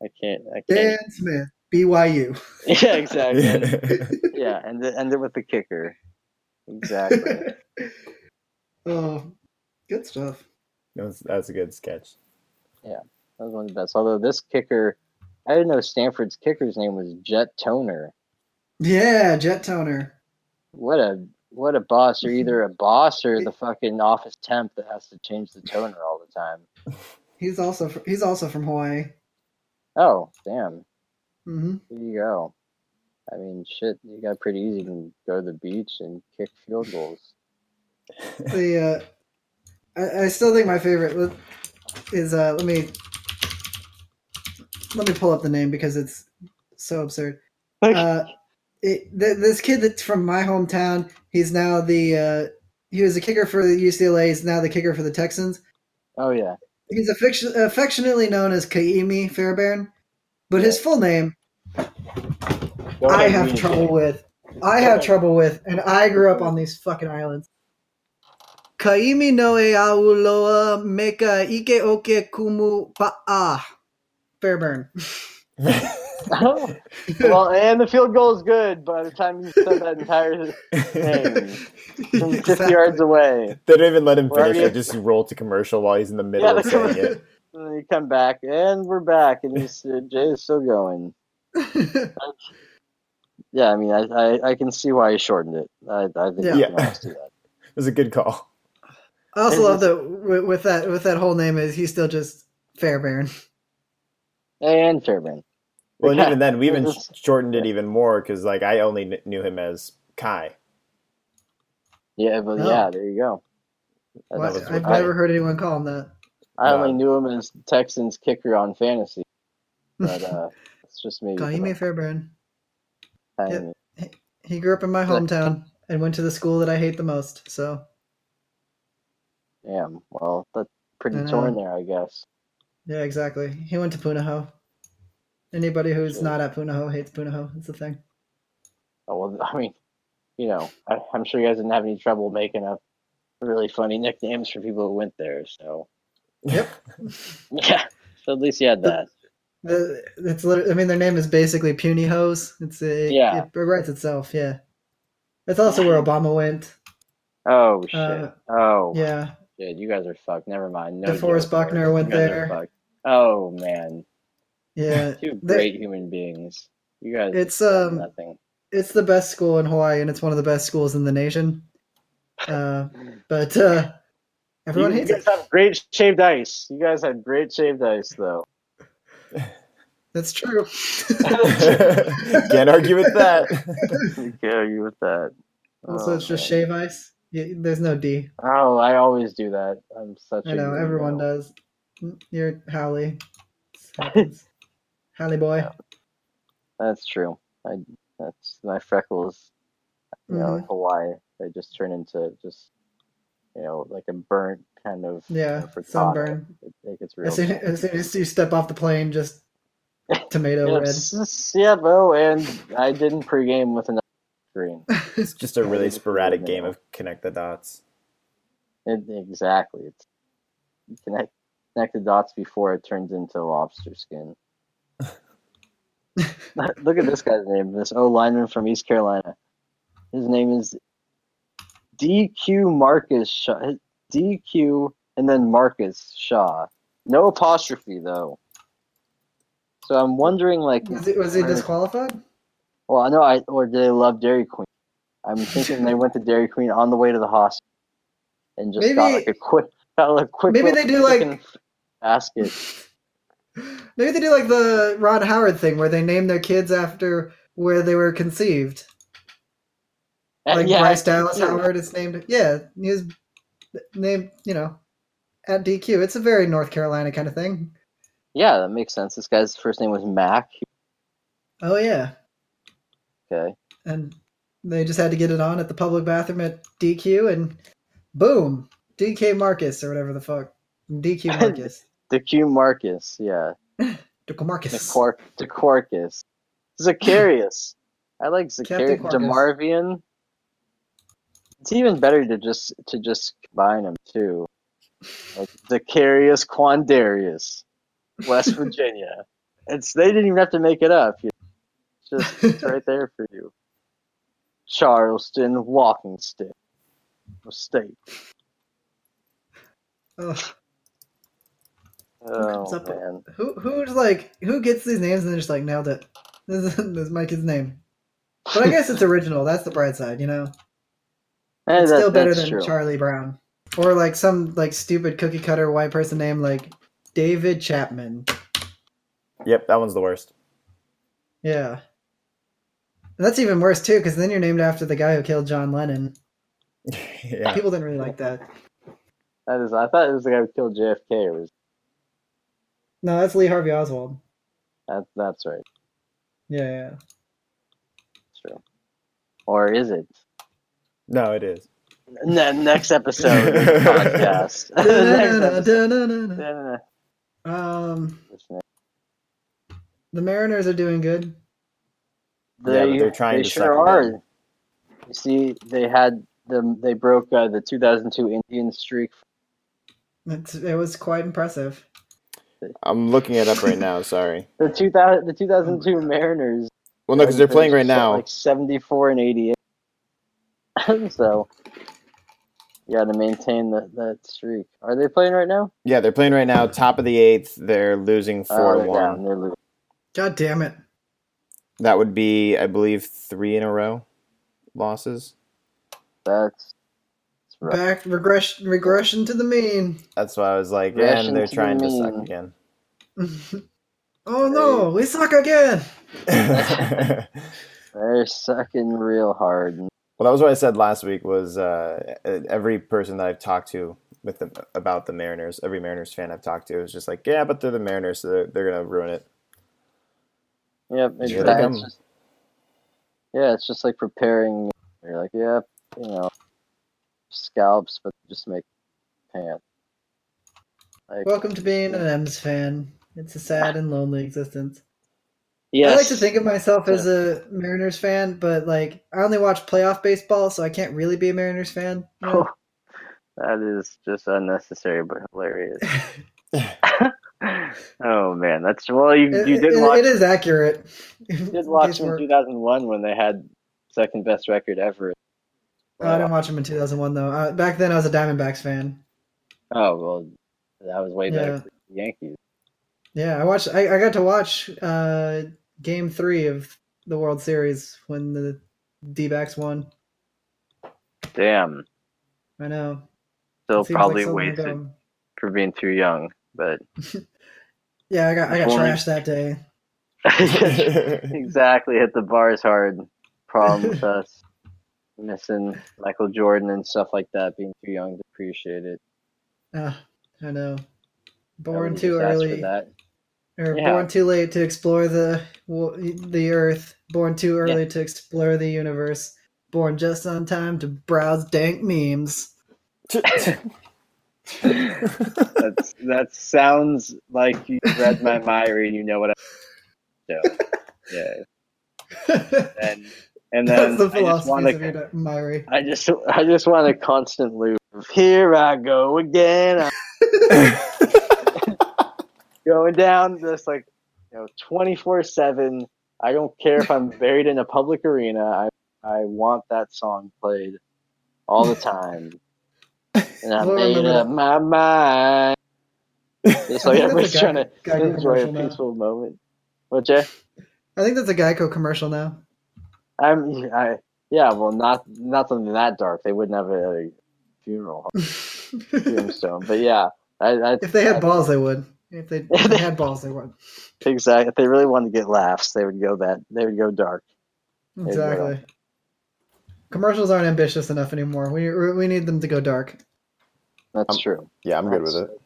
Speaker 3: I can't. I
Speaker 2: Dan
Speaker 3: can't.
Speaker 2: Smith, BYU.
Speaker 3: Yeah, exactly. yeah, and th- end it with the kicker. Exactly.
Speaker 2: oh, good stuff.
Speaker 1: That's, that's a good sketch.
Speaker 3: That was one of the best. Although this kicker, I didn't know Stanford's kicker's name was Jet Toner.
Speaker 2: Yeah, Jet Toner.
Speaker 3: What a what a boss! You're either a boss or the fucking office temp that has to change the toner all the time.
Speaker 2: He's also fr- he's also from Hawaii.
Speaker 3: Oh, damn!
Speaker 2: hmm
Speaker 3: There you go. I mean, shit, you got pretty easy. You can go to the beach and kick field goals.
Speaker 2: The uh, I, I still think my favorite was- is uh, let me let me pull up the name because it's so absurd. uh, it, th- this kid that's from my hometown, he's now the uh, he was a kicker for the UCLA. He's now the kicker for the Texans.
Speaker 3: oh yeah,
Speaker 2: He's affection- affectionately known as Kaimi Fairbairn, but his full name I have trouble with. I have trouble with, and I grew up on these fucking islands. Kaimi no e auloa meka ike oke kumu pa'a. Fairburn.
Speaker 3: well, and the field goal is good. By the time you said that entire thing, from fifty yards away.
Speaker 1: They don't even let him
Speaker 3: Where are
Speaker 1: finish. They
Speaker 3: you?
Speaker 1: just roll to commercial while he's in the middle
Speaker 3: Yeah,
Speaker 1: of saying
Speaker 3: the-
Speaker 1: it.
Speaker 3: And then you come back, and we're back, and you see Jay is still going. Yeah, I mean, I, I, I can see why he shortened it. I, I think
Speaker 2: Yeah.
Speaker 3: you
Speaker 1: Yeah.
Speaker 3: can all see that.
Speaker 1: It was a good call.
Speaker 2: I also love that with, with that with that whole name is he's still just Fairbairn.
Speaker 3: And Fairbairn.
Speaker 1: Well, and
Speaker 3: Yeah.
Speaker 1: even then, we even
Speaker 3: It's-
Speaker 1: shortened it even more because, like, I only kn- knew him as Kai.
Speaker 3: Yeah, but
Speaker 2: Oh.
Speaker 3: yeah, there you go. That's-
Speaker 1: What?
Speaker 2: Why-
Speaker 1: was
Speaker 2: I've
Speaker 1: right.
Speaker 2: never heard anyone call him that.
Speaker 3: I only
Speaker 1: Um,
Speaker 3: knew him as Texans kicker on fantasy, but uh, it's just me.
Speaker 2: Kaimi Fairbairn.
Speaker 3: Tiny.
Speaker 2: He grew up in my hometown and went to the school that I hate the most. So
Speaker 3: Damn. Well, that's pretty
Speaker 2: I know.
Speaker 3: torn there, I guess.
Speaker 2: yeah, exactly. He went to Punahou. Anybody who's
Speaker 3: Sure.
Speaker 2: not at Punahou hates Punahou. It's the thing.
Speaker 3: Oh, well, I mean, you know, I, I'm sure you guys didn't have any trouble making up really funny nicknames for people who went there. So
Speaker 2: Yep.
Speaker 3: yeah, so at least you had that.
Speaker 2: The, it's literally, I mean, their name is basically puny hoes. It's it,
Speaker 3: Yeah.
Speaker 2: it, writes itself. Yeah. That's also where Obama went.
Speaker 3: Oh shit.
Speaker 2: Uh,
Speaker 3: oh
Speaker 2: Yeah.
Speaker 3: shit. You guys are fucked. Never mind. No.
Speaker 2: DeForest
Speaker 3: joke.
Speaker 2: Buckner went
Speaker 3: You guys are
Speaker 2: there.
Speaker 3: fucked. Oh man,
Speaker 2: Yeah.
Speaker 3: two
Speaker 2: There-
Speaker 3: great human beings. You guys.
Speaker 2: It's,
Speaker 3: have
Speaker 2: um,
Speaker 3: nothing.
Speaker 2: it's the best school in Hawaii, and it's one of the best schools in the nation. Uh, but uh, everyone
Speaker 3: you
Speaker 2: hates
Speaker 3: guys
Speaker 2: it.
Speaker 3: have great shaved ice. You guys had great shaved ice though.
Speaker 2: That's true.
Speaker 1: Can't argue with that.
Speaker 3: You can't argue with that.
Speaker 2: also,
Speaker 3: Oh,
Speaker 2: it's just
Speaker 3: man.
Speaker 2: shave ice. Y there's no D.
Speaker 3: Oh, I always do that. I'm such.
Speaker 2: I
Speaker 3: a
Speaker 2: know
Speaker 3: weirdo.
Speaker 2: everyone does. Mm, You're Hallie. This happens. Hallie boy.
Speaker 3: That's true. I that's my freckles. You know,
Speaker 2: Mm-hmm.
Speaker 3: in Hawaii, they just turn into just you know like a burnt kind of you
Speaker 2: Yeah,
Speaker 3: know, for cotton.
Speaker 2: sunburn.
Speaker 3: It, it gets real.
Speaker 2: As soon,
Speaker 3: bad.
Speaker 2: as soon as you step off the plane, just tomato red.
Speaker 3: Yes, CFO, and I didn't pregame with another green.
Speaker 1: it's just a really sporadic game of connect the dots.
Speaker 3: It, exactly. It's connect connect the dots before it turns into lobster skin. Look at this guy's name. This O lineman from East Carolina. His name is DQ Marcus Shaw. DQ and then Marcus Shaw. No apostrophe though. So I'm wondering, like,
Speaker 2: Was, it, was he
Speaker 3: where-
Speaker 2: disqualified?
Speaker 3: well, I know I or do they love Dairy Queen? I'm thinking they went to Dairy Queen on the way to the hospital and just got
Speaker 2: Maybe-
Speaker 3: like a quick, got a quick.
Speaker 2: Maybe
Speaker 3: little
Speaker 2: they do, like-
Speaker 3: chicken basket.
Speaker 2: Maybe they do like the Rod Howard thing where they name their kids after where they were conceived. Like
Speaker 3: Uh, yeah,
Speaker 2: Bryce Dallas
Speaker 3: yeah.
Speaker 2: Howard, it's named. Yeah, he was named, you know, at DQ. It's a very North Carolina kind of thing.
Speaker 3: yeah, that makes sense. This guy's first name was Mac.
Speaker 2: Oh, yeah.
Speaker 3: Okay,
Speaker 2: And they just had to get it on at the public bathroom at DQ and boom, DK Marcus or whatever the fuck. DQ Marcus.
Speaker 3: DeQ Marcus. Yeah,
Speaker 2: DQ Marcus.
Speaker 3: DeCor- DeCorcus. Zacharias. I like Zacharias.
Speaker 2: Captain Quarkus.
Speaker 3: Demarvian. It's even better to just to just combine them too. Like Zacharias Quandarius, West Virginia. It's they didn't even have to make it up. You know. It's just it's right there for you. Charleston Walking Stick. State.
Speaker 2: Ugh.
Speaker 3: Oh
Speaker 2: Comes up-
Speaker 3: man.
Speaker 2: Who who's like who gets these names and they're just like nailed it. This is, this is my kid's name. But I guess it's original. That's the bright side, you know.
Speaker 3: Eh,
Speaker 2: It's
Speaker 3: that-
Speaker 2: still better
Speaker 3: that's
Speaker 2: than
Speaker 3: true.
Speaker 2: Charlie Brown or like some like stupid cookie cutter white person name like David Chapman.
Speaker 1: Yep, that one's the worst.
Speaker 2: Yeah. And that's even worse too, because then you're named after the guy who killed John Lennon.
Speaker 1: yeah.
Speaker 2: People didn't really like that.
Speaker 3: That is. I thought it was the guy who killed JFK. It was
Speaker 2: No, that's Lee Harvey Oswald.
Speaker 3: that, That's right.
Speaker 2: Yeah, yeah.
Speaker 3: That's true. Or is it?
Speaker 1: No, it is.
Speaker 3: Ne- next episode of the podcast. Next episode.
Speaker 2: Da-na-na-na-na-na.
Speaker 3: No, no, no.
Speaker 2: um,
Speaker 3: That's ne-
Speaker 2: the Mariners are doing good.
Speaker 1: but they're trying
Speaker 3: they
Speaker 1: to
Speaker 3: sure
Speaker 1: suck it
Speaker 3: are.
Speaker 1: in.
Speaker 3: You see, they had them. They broke uh, the 2002 Indian streak.
Speaker 2: It's, it was quite impressive.
Speaker 1: I'm looking it up right now. Sorry.
Speaker 3: The 2000, the 2002 Mariners.
Speaker 1: Hmm. Well, no, because they're playing right now.
Speaker 3: Like 74 and 88. so you got to maintain that that streak. Are they playing right now?
Speaker 1: Yeah, they're playing right now. Top of the eighth. They're losing
Speaker 3: Oh,
Speaker 1: four
Speaker 3: they're down.
Speaker 1: one.
Speaker 3: They're losing.
Speaker 2: God damn it.
Speaker 1: That would be, I believe, three in a row losses.
Speaker 3: That's, that's rough.
Speaker 2: Back regression regression to the mean.
Speaker 1: That's why I was like,
Speaker 3: Russian
Speaker 1: and they're
Speaker 3: to the
Speaker 1: trying to suck
Speaker 3: moon.
Speaker 1: again.
Speaker 2: oh no, we suck again.
Speaker 1: well,
Speaker 3: They're sucking real hard.
Speaker 1: that was what I said last week. Was uh, every person that I've talked to with the, about the Mariners, every Mariners fan I've talked to is just like, yeah, but they're the Mariners, so they're, they're gonna ruin it.
Speaker 3: Yep, it's,
Speaker 1: Here they
Speaker 3: that,
Speaker 1: come.
Speaker 3: it's just yeah, it's just like preparing. You're like, yep, you know, scalps, but just make pants. Like,
Speaker 2: Welcome to being an M's fan. It's a sad and lonely existence.
Speaker 3: yes,
Speaker 2: I like to think of myself as a Mariners fan, but like I only watch playoff baseball, so I can't really be a Mariners fan. you
Speaker 3: Oh,
Speaker 2: know?
Speaker 3: that is just unnecessary but hilarious. oh man, that's well, you
Speaker 2: It-
Speaker 3: you did
Speaker 2: it-
Speaker 3: watch
Speaker 2: it is accurate.
Speaker 3: you did watch in 2001 when they had second best record ever.
Speaker 2: I didn't watch him in 2001 though. Uh, back then, I was a Diamondbacks fan.
Speaker 3: oh well, that was way better
Speaker 2: Yeah.
Speaker 3: for the Yankees.
Speaker 2: Yeah, I watched. I, I got to watch uh, Game Three of the World Series when the D-backs won.
Speaker 3: Damn,
Speaker 2: I know.
Speaker 3: still
Speaker 2: It seems like
Speaker 3: probably
Speaker 2: so long
Speaker 3: wasted
Speaker 2: ago.
Speaker 3: for being too young, but.
Speaker 2: Yeah, I got I got
Speaker 3: Before we-
Speaker 2: trashed that day.
Speaker 3: exactly. Hit the bars hard. Problem with us missing Michael Jordan and stuff like that, being too young to appreciate it.
Speaker 2: Uh, I know.
Speaker 3: I
Speaker 2: Born
Speaker 3: would've
Speaker 2: too
Speaker 3: just asked for
Speaker 2: early,
Speaker 3: that.
Speaker 2: or
Speaker 3: Yeah.
Speaker 2: born too late to explore the wo- the earth. Born too early to explore the universe. Born just on time to browse dank memes.
Speaker 3: That's, that sounds like you read my Myra and you know what I so, Yeah. And and
Speaker 2: That's
Speaker 3: then
Speaker 2: the
Speaker 3: I just want
Speaker 2: philosophy of
Speaker 3: to
Speaker 2: your Myri.
Speaker 3: I just I just want a constant loop. of, Here I go again. going down just like you know 24 7 i don't care if i'm buried in a public arena i i want that song played all the time and i
Speaker 2: Well,
Speaker 3: made
Speaker 2: remember
Speaker 3: up
Speaker 2: that.
Speaker 3: my mind just like
Speaker 2: I think that's
Speaker 3: everyone's
Speaker 2: a
Speaker 3: trying to
Speaker 2: Geico
Speaker 3: enjoy a
Speaker 2: commercial now.
Speaker 3: peaceful moment but jay
Speaker 2: I think that's a Geico commercial now.
Speaker 3: i'm i yeah well not not something that dark they wouldn't have a, funeral
Speaker 2: if
Speaker 3: tombstone but yeah I, I,
Speaker 2: they
Speaker 3: I-
Speaker 2: had balls, they would. If they, if they had balls, they would.
Speaker 3: exactly if they really wanted to get laughs they would go that they would go dark you go.
Speaker 2: Exactly. Commercials aren't ambitious enough anymore. We we need them to go dark.
Speaker 3: that's
Speaker 1: Um,
Speaker 3: true
Speaker 1: yeah, I'm good with it.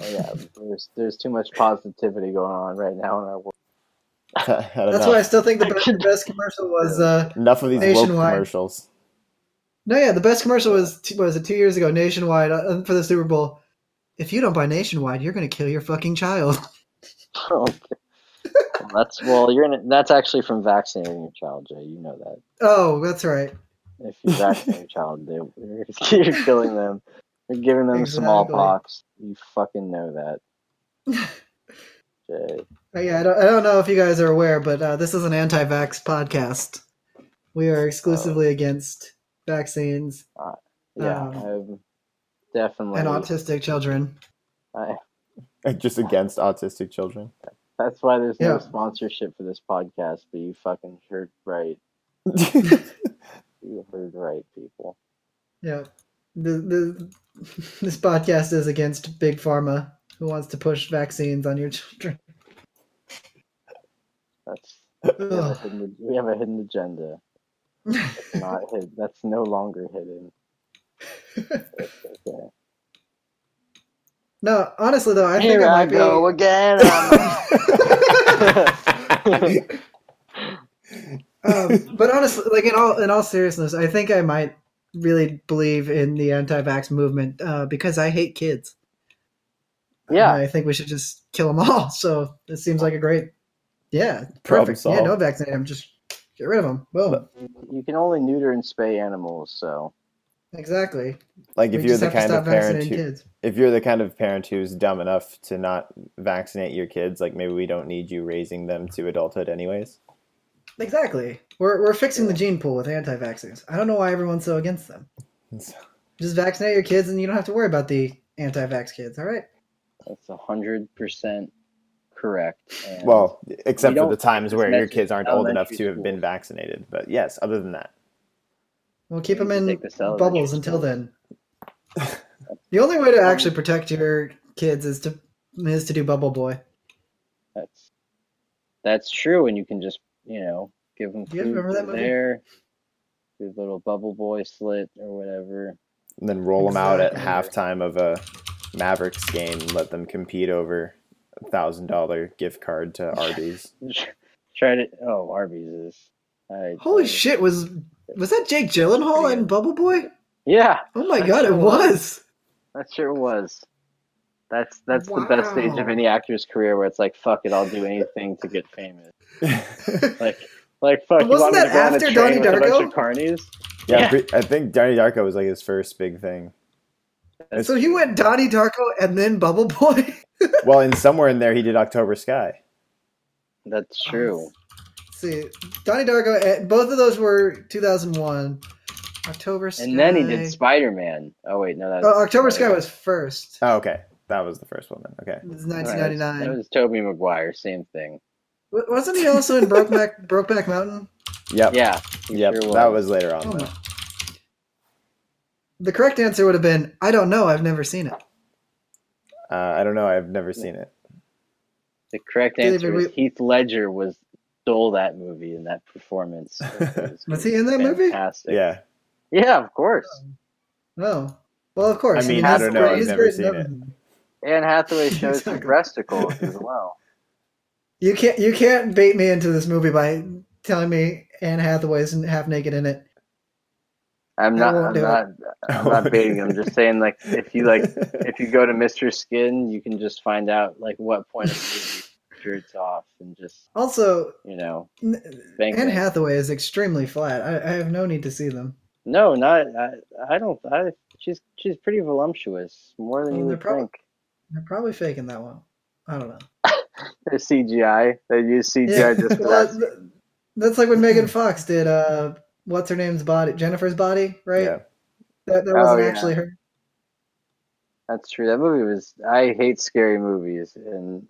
Speaker 3: Oh, yeah, there's there's too much positivity going on right now in our world.
Speaker 1: I don't
Speaker 2: That's
Speaker 1: know.
Speaker 2: why I still think the best, the best commercial was. Uh,
Speaker 1: Enough of these woke
Speaker 2: Nationwide.
Speaker 1: commercials.
Speaker 2: no, yeah, the best commercial was two, what was it two years ago? Nationwide uh, for the Super Bowl. If you don't buy Nationwide, you're gonna kill your fucking child.
Speaker 3: Okay. Well, that's well, you're gonna. That's actually from vaccinating your child, Jay. You know that.
Speaker 2: Oh, that's right.
Speaker 3: If you vaccinate your child, they, you're, you're killing them. You're giving them
Speaker 2: Exactly.
Speaker 3: smallpox. You fucking know that, Jay.
Speaker 2: Uh, yeah, I don't, I don't know if you guys are aware, but uh, this is an anti-vax podcast. We
Speaker 3: Oh.
Speaker 2: are exclusively against vaccines
Speaker 3: Yeah,
Speaker 2: Um,
Speaker 3: I'm definitely.
Speaker 2: and autistic children.
Speaker 3: I,
Speaker 1: Just against autistic children.
Speaker 3: that's why there's no
Speaker 2: Yeah.
Speaker 3: sponsorship for this podcast. But you fucking heard right. You heard right, people.
Speaker 2: Yeah, the, the this podcast is against big pharma, who wants to push vaccines on your children.
Speaker 3: That's we have a
Speaker 2: Ugh.
Speaker 3: hidden, we have a hidden agenda. It's not hid. That's no longer hidden. Okay.
Speaker 2: no, honestly though, I think
Speaker 3: Here
Speaker 2: it
Speaker 3: I
Speaker 2: might
Speaker 3: go
Speaker 2: be.
Speaker 3: again. I'm-
Speaker 2: Um, but honestly, like in all in all seriousness, I think I might really believe in the anti-vax movement uh, because I hate kids.
Speaker 3: yeah,
Speaker 2: And I think we should just kill them all. So it seems like a great, yeah,
Speaker 1: Problem
Speaker 2: perfect. Yeah, no
Speaker 1: solved.
Speaker 2: vaccinate them. Just get rid of them. Boom.
Speaker 3: you can only neuter and spay animals, so
Speaker 2: Exactly.
Speaker 1: Like if
Speaker 2: we
Speaker 1: you're
Speaker 2: just
Speaker 1: the
Speaker 2: have to
Speaker 1: kind
Speaker 2: stop
Speaker 1: of parent
Speaker 2: vaccinating
Speaker 1: who,
Speaker 2: kids.
Speaker 1: if you're the kind of parent who's dumb enough to not vaccinate your kids, like maybe we don't need you raising them to adulthood anyways.
Speaker 2: Exactly. We're, we're fixing the gene pool with anti-vaxxers. I don't know why everyone's so against them.
Speaker 1: So-
Speaker 2: Just vaccinate your kids, and you don't have to worry about the anti-vax kids. All right.
Speaker 3: that's a hundred percent correct. And
Speaker 1: Well, except
Speaker 3: We
Speaker 1: for the
Speaker 3: don't-
Speaker 1: times where your
Speaker 3: elementary-
Speaker 1: kids aren't old enough to
Speaker 3: elementary
Speaker 1: have been
Speaker 3: schools.
Speaker 1: vaccinated. But yes, other than that,
Speaker 2: We'll keep
Speaker 3: We
Speaker 2: them
Speaker 3: need to
Speaker 2: in
Speaker 3: take this out of
Speaker 2: bubbles
Speaker 3: the-
Speaker 2: until then. the only
Speaker 3: Um,
Speaker 2: way to actually protect your kids is to is to do bubble boy.
Speaker 3: that's that's true, and you can just you know give them
Speaker 2: Do you
Speaker 3: food
Speaker 2: remember that
Speaker 3: through
Speaker 2: movie?
Speaker 3: there, the little bubble boy slit or whatever.
Speaker 1: and then roll them out at
Speaker 2: Exactly.
Speaker 1: halftime of a Mavericks game and let them compete over a thousand dollar gift card to Arby's.
Speaker 3: Try to oh Arby's is I,
Speaker 2: Holy
Speaker 3: I-
Speaker 2: shit! Was was that Jake Gyllenhaal in Bubble Boy?
Speaker 3: Yeah,
Speaker 2: Oh my
Speaker 3: That
Speaker 2: god, it
Speaker 3: sure
Speaker 2: was.
Speaker 3: That sure was. That's that's the best stage of
Speaker 2: Wow.
Speaker 3: any actor's career where it's like, fuck it, I'll do anything to get famous. Like, like fuck. you
Speaker 2: Wasn't
Speaker 3: want me
Speaker 2: that
Speaker 3: to go on a
Speaker 2: after
Speaker 3: train
Speaker 2: Donnie
Speaker 3: with a bunch
Speaker 2: Darko?
Speaker 3: of carnies?
Speaker 1: Yeah,
Speaker 3: Yeah.
Speaker 1: pre- I think Donnie Darko was like his first big thing. That's-
Speaker 2: So he went Donnie Darko and then Bubble Boy.
Speaker 1: Well, and somewhere in there he did October Sky.
Speaker 3: That's
Speaker 2: Oh,
Speaker 3: true.
Speaker 2: see, Donnie Darko. eh, Both of those were 2001. October Sky.
Speaker 3: And then he did Spider Man. Oh wait, no, that's
Speaker 2: Oh, October Sky was first.
Speaker 1: Oh, okay, that was the first one then. Okay,
Speaker 2: It was
Speaker 3: All right,
Speaker 2: 1999.
Speaker 3: That was Tobey Maguire, same thing.
Speaker 2: Wa- Wasn't he also in Brokeback Brokeback Mountain?
Speaker 1: yep,
Speaker 3: Yeah. he
Speaker 1: yep,
Speaker 3: sure
Speaker 1: that was later on.
Speaker 2: Oh
Speaker 1: though.
Speaker 2: my. The correct answer would have been, I don't know, I've never seen it.
Speaker 3: Oh.
Speaker 1: Uh, I don't know. I've never seen it.
Speaker 3: The correct
Speaker 2: David,
Speaker 3: answer is
Speaker 2: we-
Speaker 3: Heath Ledger was stole that movie and that performance.
Speaker 2: Was he in that movie?
Speaker 3: Fantastic.
Speaker 1: Yeah,
Speaker 3: Yeah, of course.
Speaker 2: No. Well, of course.
Speaker 1: I mean,
Speaker 3: I
Speaker 2: he's
Speaker 3: don't
Speaker 2: great-
Speaker 3: know, I've
Speaker 2: he's
Speaker 1: never
Speaker 2: great in
Speaker 1: seen it.
Speaker 2: everything.
Speaker 3: Anne Hathaway shows her
Speaker 2: Exactly.
Speaker 3: breasticles as well.
Speaker 2: You can't you can't bait me into this movie by telling me Anne Hathaway's half naked in it.
Speaker 3: I'm
Speaker 2: I
Speaker 3: not.
Speaker 2: won't
Speaker 3: I'm
Speaker 2: do it.
Speaker 3: not. I'm not baiting. I'm just saying, like, if you like, if you go to Mr. Skin, you can just find out like what point of the movie shirts off and just
Speaker 2: Also,
Speaker 3: you know.
Speaker 2: n-
Speaker 3: Bank
Speaker 2: Anne
Speaker 3: it.
Speaker 2: Hathaway is extremely flat. I, I have no need to see them.
Speaker 3: No, not. I. I don't. I She's she's pretty voluptuous, more than
Speaker 2: Well,
Speaker 3: you
Speaker 2: Mm, they're
Speaker 3: would
Speaker 2: prob-
Speaker 3: think.
Speaker 2: They're probably faking that one. I don't know.
Speaker 3: They're CGI. They use CGI just for
Speaker 2: Well,
Speaker 3: that.
Speaker 2: th- that's like when Megan Fox did uh, what's her name's body, Jennifer's body, right?
Speaker 1: Yeah.
Speaker 2: That, that
Speaker 3: Oh,
Speaker 2: wasn't
Speaker 3: yeah.
Speaker 2: actually her.
Speaker 3: That's true. That movie was. I hate scary movies, and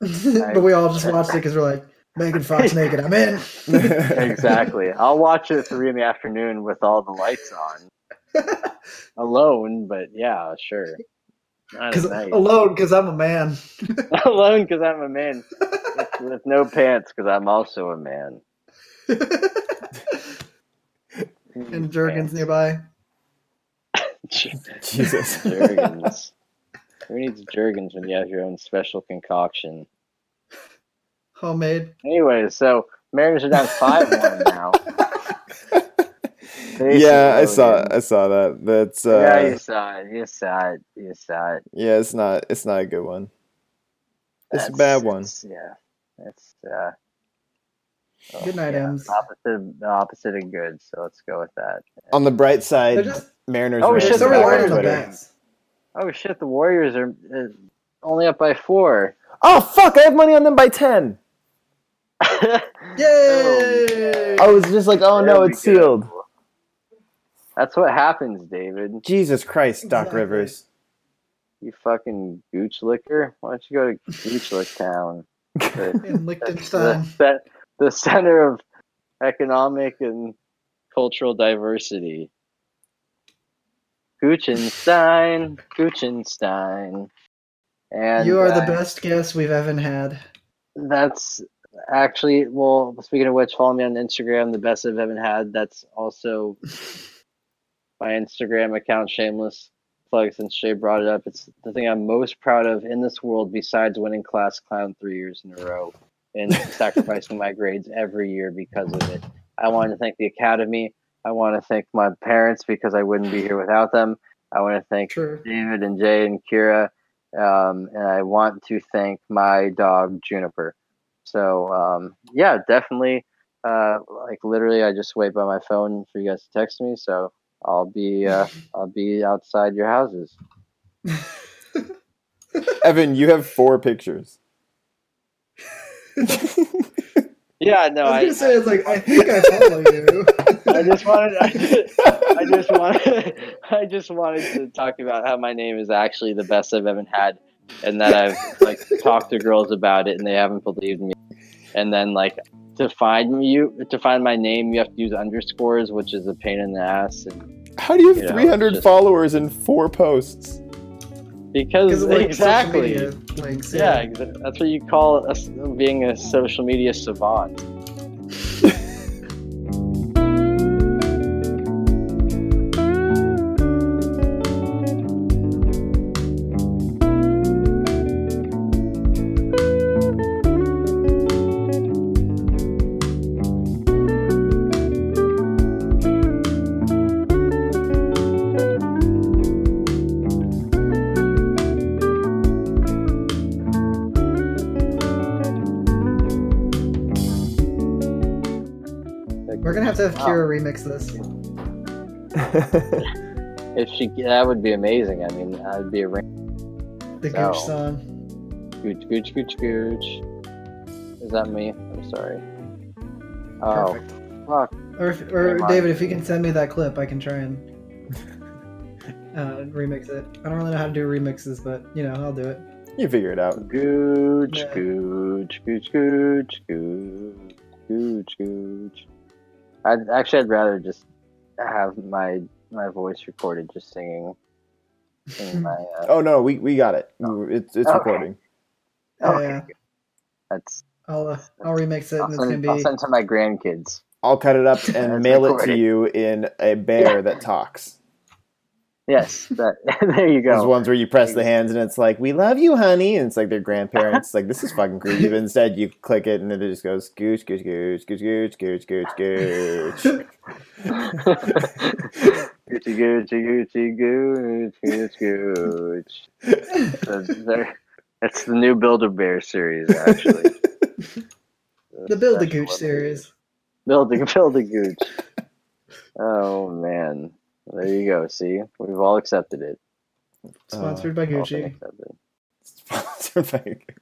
Speaker 2: but we all just watched it because we're like Megan Fox naked. I'm in.
Speaker 3: exactly. I'll watch it at three in the afternoon with all the lights on, alone. But yeah, sure. Not
Speaker 2: Cause, oh.
Speaker 3: at night.
Speaker 2: alone because I'm a man.
Speaker 3: alone because I'm a man with, with no pants because I'm also a man.
Speaker 2: and Jergens nearby.
Speaker 1: Jesus.
Speaker 3: Jergens. Who needs Jergens when you have your own special concoction?
Speaker 2: Homemade.
Speaker 3: Anyway, so Mariners are down five one now. They
Speaker 1: yeah, I
Speaker 3: should
Speaker 1: saw
Speaker 3: go
Speaker 1: I saw that. That's
Speaker 3: again. yeah,
Speaker 1: uh
Speaker 3: you saw it. You saw it. You saw it.
Speaker 1: yeah, it's not it's not a good one. It's a
Speaker 3: That's-
Speaker 1: bad one.
Speaker 3: it's- yeah, that's uh, oh,
Speaker 2: Good night,
Speaker 3: yeah,
Speaker 2: Ems.
Speaker 3: Opposite, the opposite of good. So let's go with that.
Speaker 1: On the bright
Speaker 2: They're
Speaker 1: side,
Speaker 2: just
Speaker 1: Mariners
Speaker 3: Oh,
Speaker 1: were
Speaker 2: they're
Speaker 3: shit,
Speaker 1: actually
Speaker 2: just so
Speaker 1: back
Speaker 3: they're back
Speaker 1: on
Speaker 2: reliant on the
Speaker 1: Twitter.
Speaker 2: bats.
Speaker 3: Oh shit! The Warriors are uh, only up by four.
Speaker 1: Oh fuck, I have money on them by 10.
Speaker 2: Yay!
Speaker 1: I was just like, "Oh no,
Speaker 3: There we
Speaker 1: it's
Speaker 3: go.
Speaker 1: sealed."
Speaker 3: That's what happens, David.
Speaker 1: Jesus Christ, Doc
Speaker 2: Exactly.
Speaker 1: Rivers.
Speaker 3: You fucking gooch licker. Why don't you go to Goochlick Town? The,
Speaker 2: In
Speaker 3: the,
Speaker 2: Liechtenstein.
Speaker 3: the, the center of economic and cultural diversity. Guchenstein, Guchenstein. And
Speaker 2: you are the
Speaker 3: uh,
Speaker 2: best guest we've ever had.
Speaker 3: That's actually, well, speaking of which, follow me on Instagram, the best I've ever had. That's also my Instagram account, Shameless Plug, since Shay brought it up. It's the thing I'm most proud of in this world, besides winning Class Clown three years in a row and sacrificing my grades every year because of it. I want to thank the Academy. I want to thank my parents because I wouldn't be here without them. I want to thank
Speaker 2: True.
Speaker 3: David and Jay and Kira, um, and I want to thank my dog Juniper. So um, yeah, definitely. Uh, like literally, I just wait by my phone for you guys to text me. So I'll be uh, I'll be outside your houses.
Speaker 1: Evan, you have four pictures.
Speaker 3: Yeah, no,
Speaker 2: I
Speaker 3: I,
Speaker 2: was gonna say it's like I think I follow you.
Speaker 3: I just wanted I just, I just wanted I just wanted to talk about how my name is actually the best I've ever had, and that I've like talked to girls about it and they haven't believed me. And then like to find you to find my name, you have to use underscores, which is a pain in the ass. And
Speaker 1: How do you have
Speaker 3: You know,
Speaker 1: 300
Speaker 3: just-
Speaker 1: followers and four posts?
Speaker 3: because
Speaker 2: of, like, social
Speaker 3: exactly,
Speaker 2: media links,
Speaker 3: yeah, exa- that's what you call a, being a social media savant.
Speaker 2: We're gonna have to have
Speaker 3: Wow.
Speaker 2: Kira remix this.
Speaker 3: If she, that would be amazing. I mean, that would be a.
Speaker 2: The
Speaker 3: No.
Speaker 2: Gooch song.
Speaker 3: Gooch, gooch, gooch, gooch. Is that me? I'm sorry. Oh,
Speaker 2: Perfect.
Speaker 3: fuck.
Speaker 2: Or, if, or
Speaker 3: Never mind.
Speaker 2: David, if you can send me that clip, I can try and uh, remix it. I don't really know how to do remixes, but you know, I'll do it.
Speaker 1: you figure it out.
Speaker 3: Gooch,
Speaker 2: Yeah.
Speaker 3: gooch, gooch, gooch, gooch, gooch, gooch. I'd, actually, I'd rather just have my my voice recorded just singing.
Speaker 2: Hmm.
Speaker 3: singing my, uh,
Speaker 1: Oh no, we, we got it. It's it's
Speaker 3: Okay.
Speaker 1: recording.
Speaker 2: Oh,
Speaker 3: Okay.
Speaker 2: yeah,
Speaker 3: That's,
Speaker 2: I'll uh, I'll remix it,
Speaker 3: I'll,
Speaker 2: and it's gonna
Speaker 3: send, I'll
Speaker 2: be
Speaker 3: send to my grandkids.
Speaker 1: I'll cut it up and
Speaker 3: It's
Speaker 1: mail it to
Speaker 3: recording.
Speaker 1: you in a bear that talks.
Speaker 3: Yes, that, there you
Speaker 1: Those
Speaker 3: go.
Speaker 1: ones where you press the hands and it's like, "We love you, honey," and it's like their grandparents. like this is fucking creepy. But instead, you click it and it just goes gooch, gooch, gooch, gooch, gooch, gooch, gooch, gooch.
Speaker 3: Gucci, Gucci, Gucci, Gucci, Gucci, Gucci. They're- That's the new Builder Bear series, actually.
Speaker 2: the Build a Gooch series.
Speaker 3: Build a Build a Gooch. Oh man, There you go. See, we've all accepted it.
Speaker 2: Sponsored by
Speaker 3: All
Speaker 2: Gucci.
Speaker 3: been accepted.
Speaker 1: Sponsored by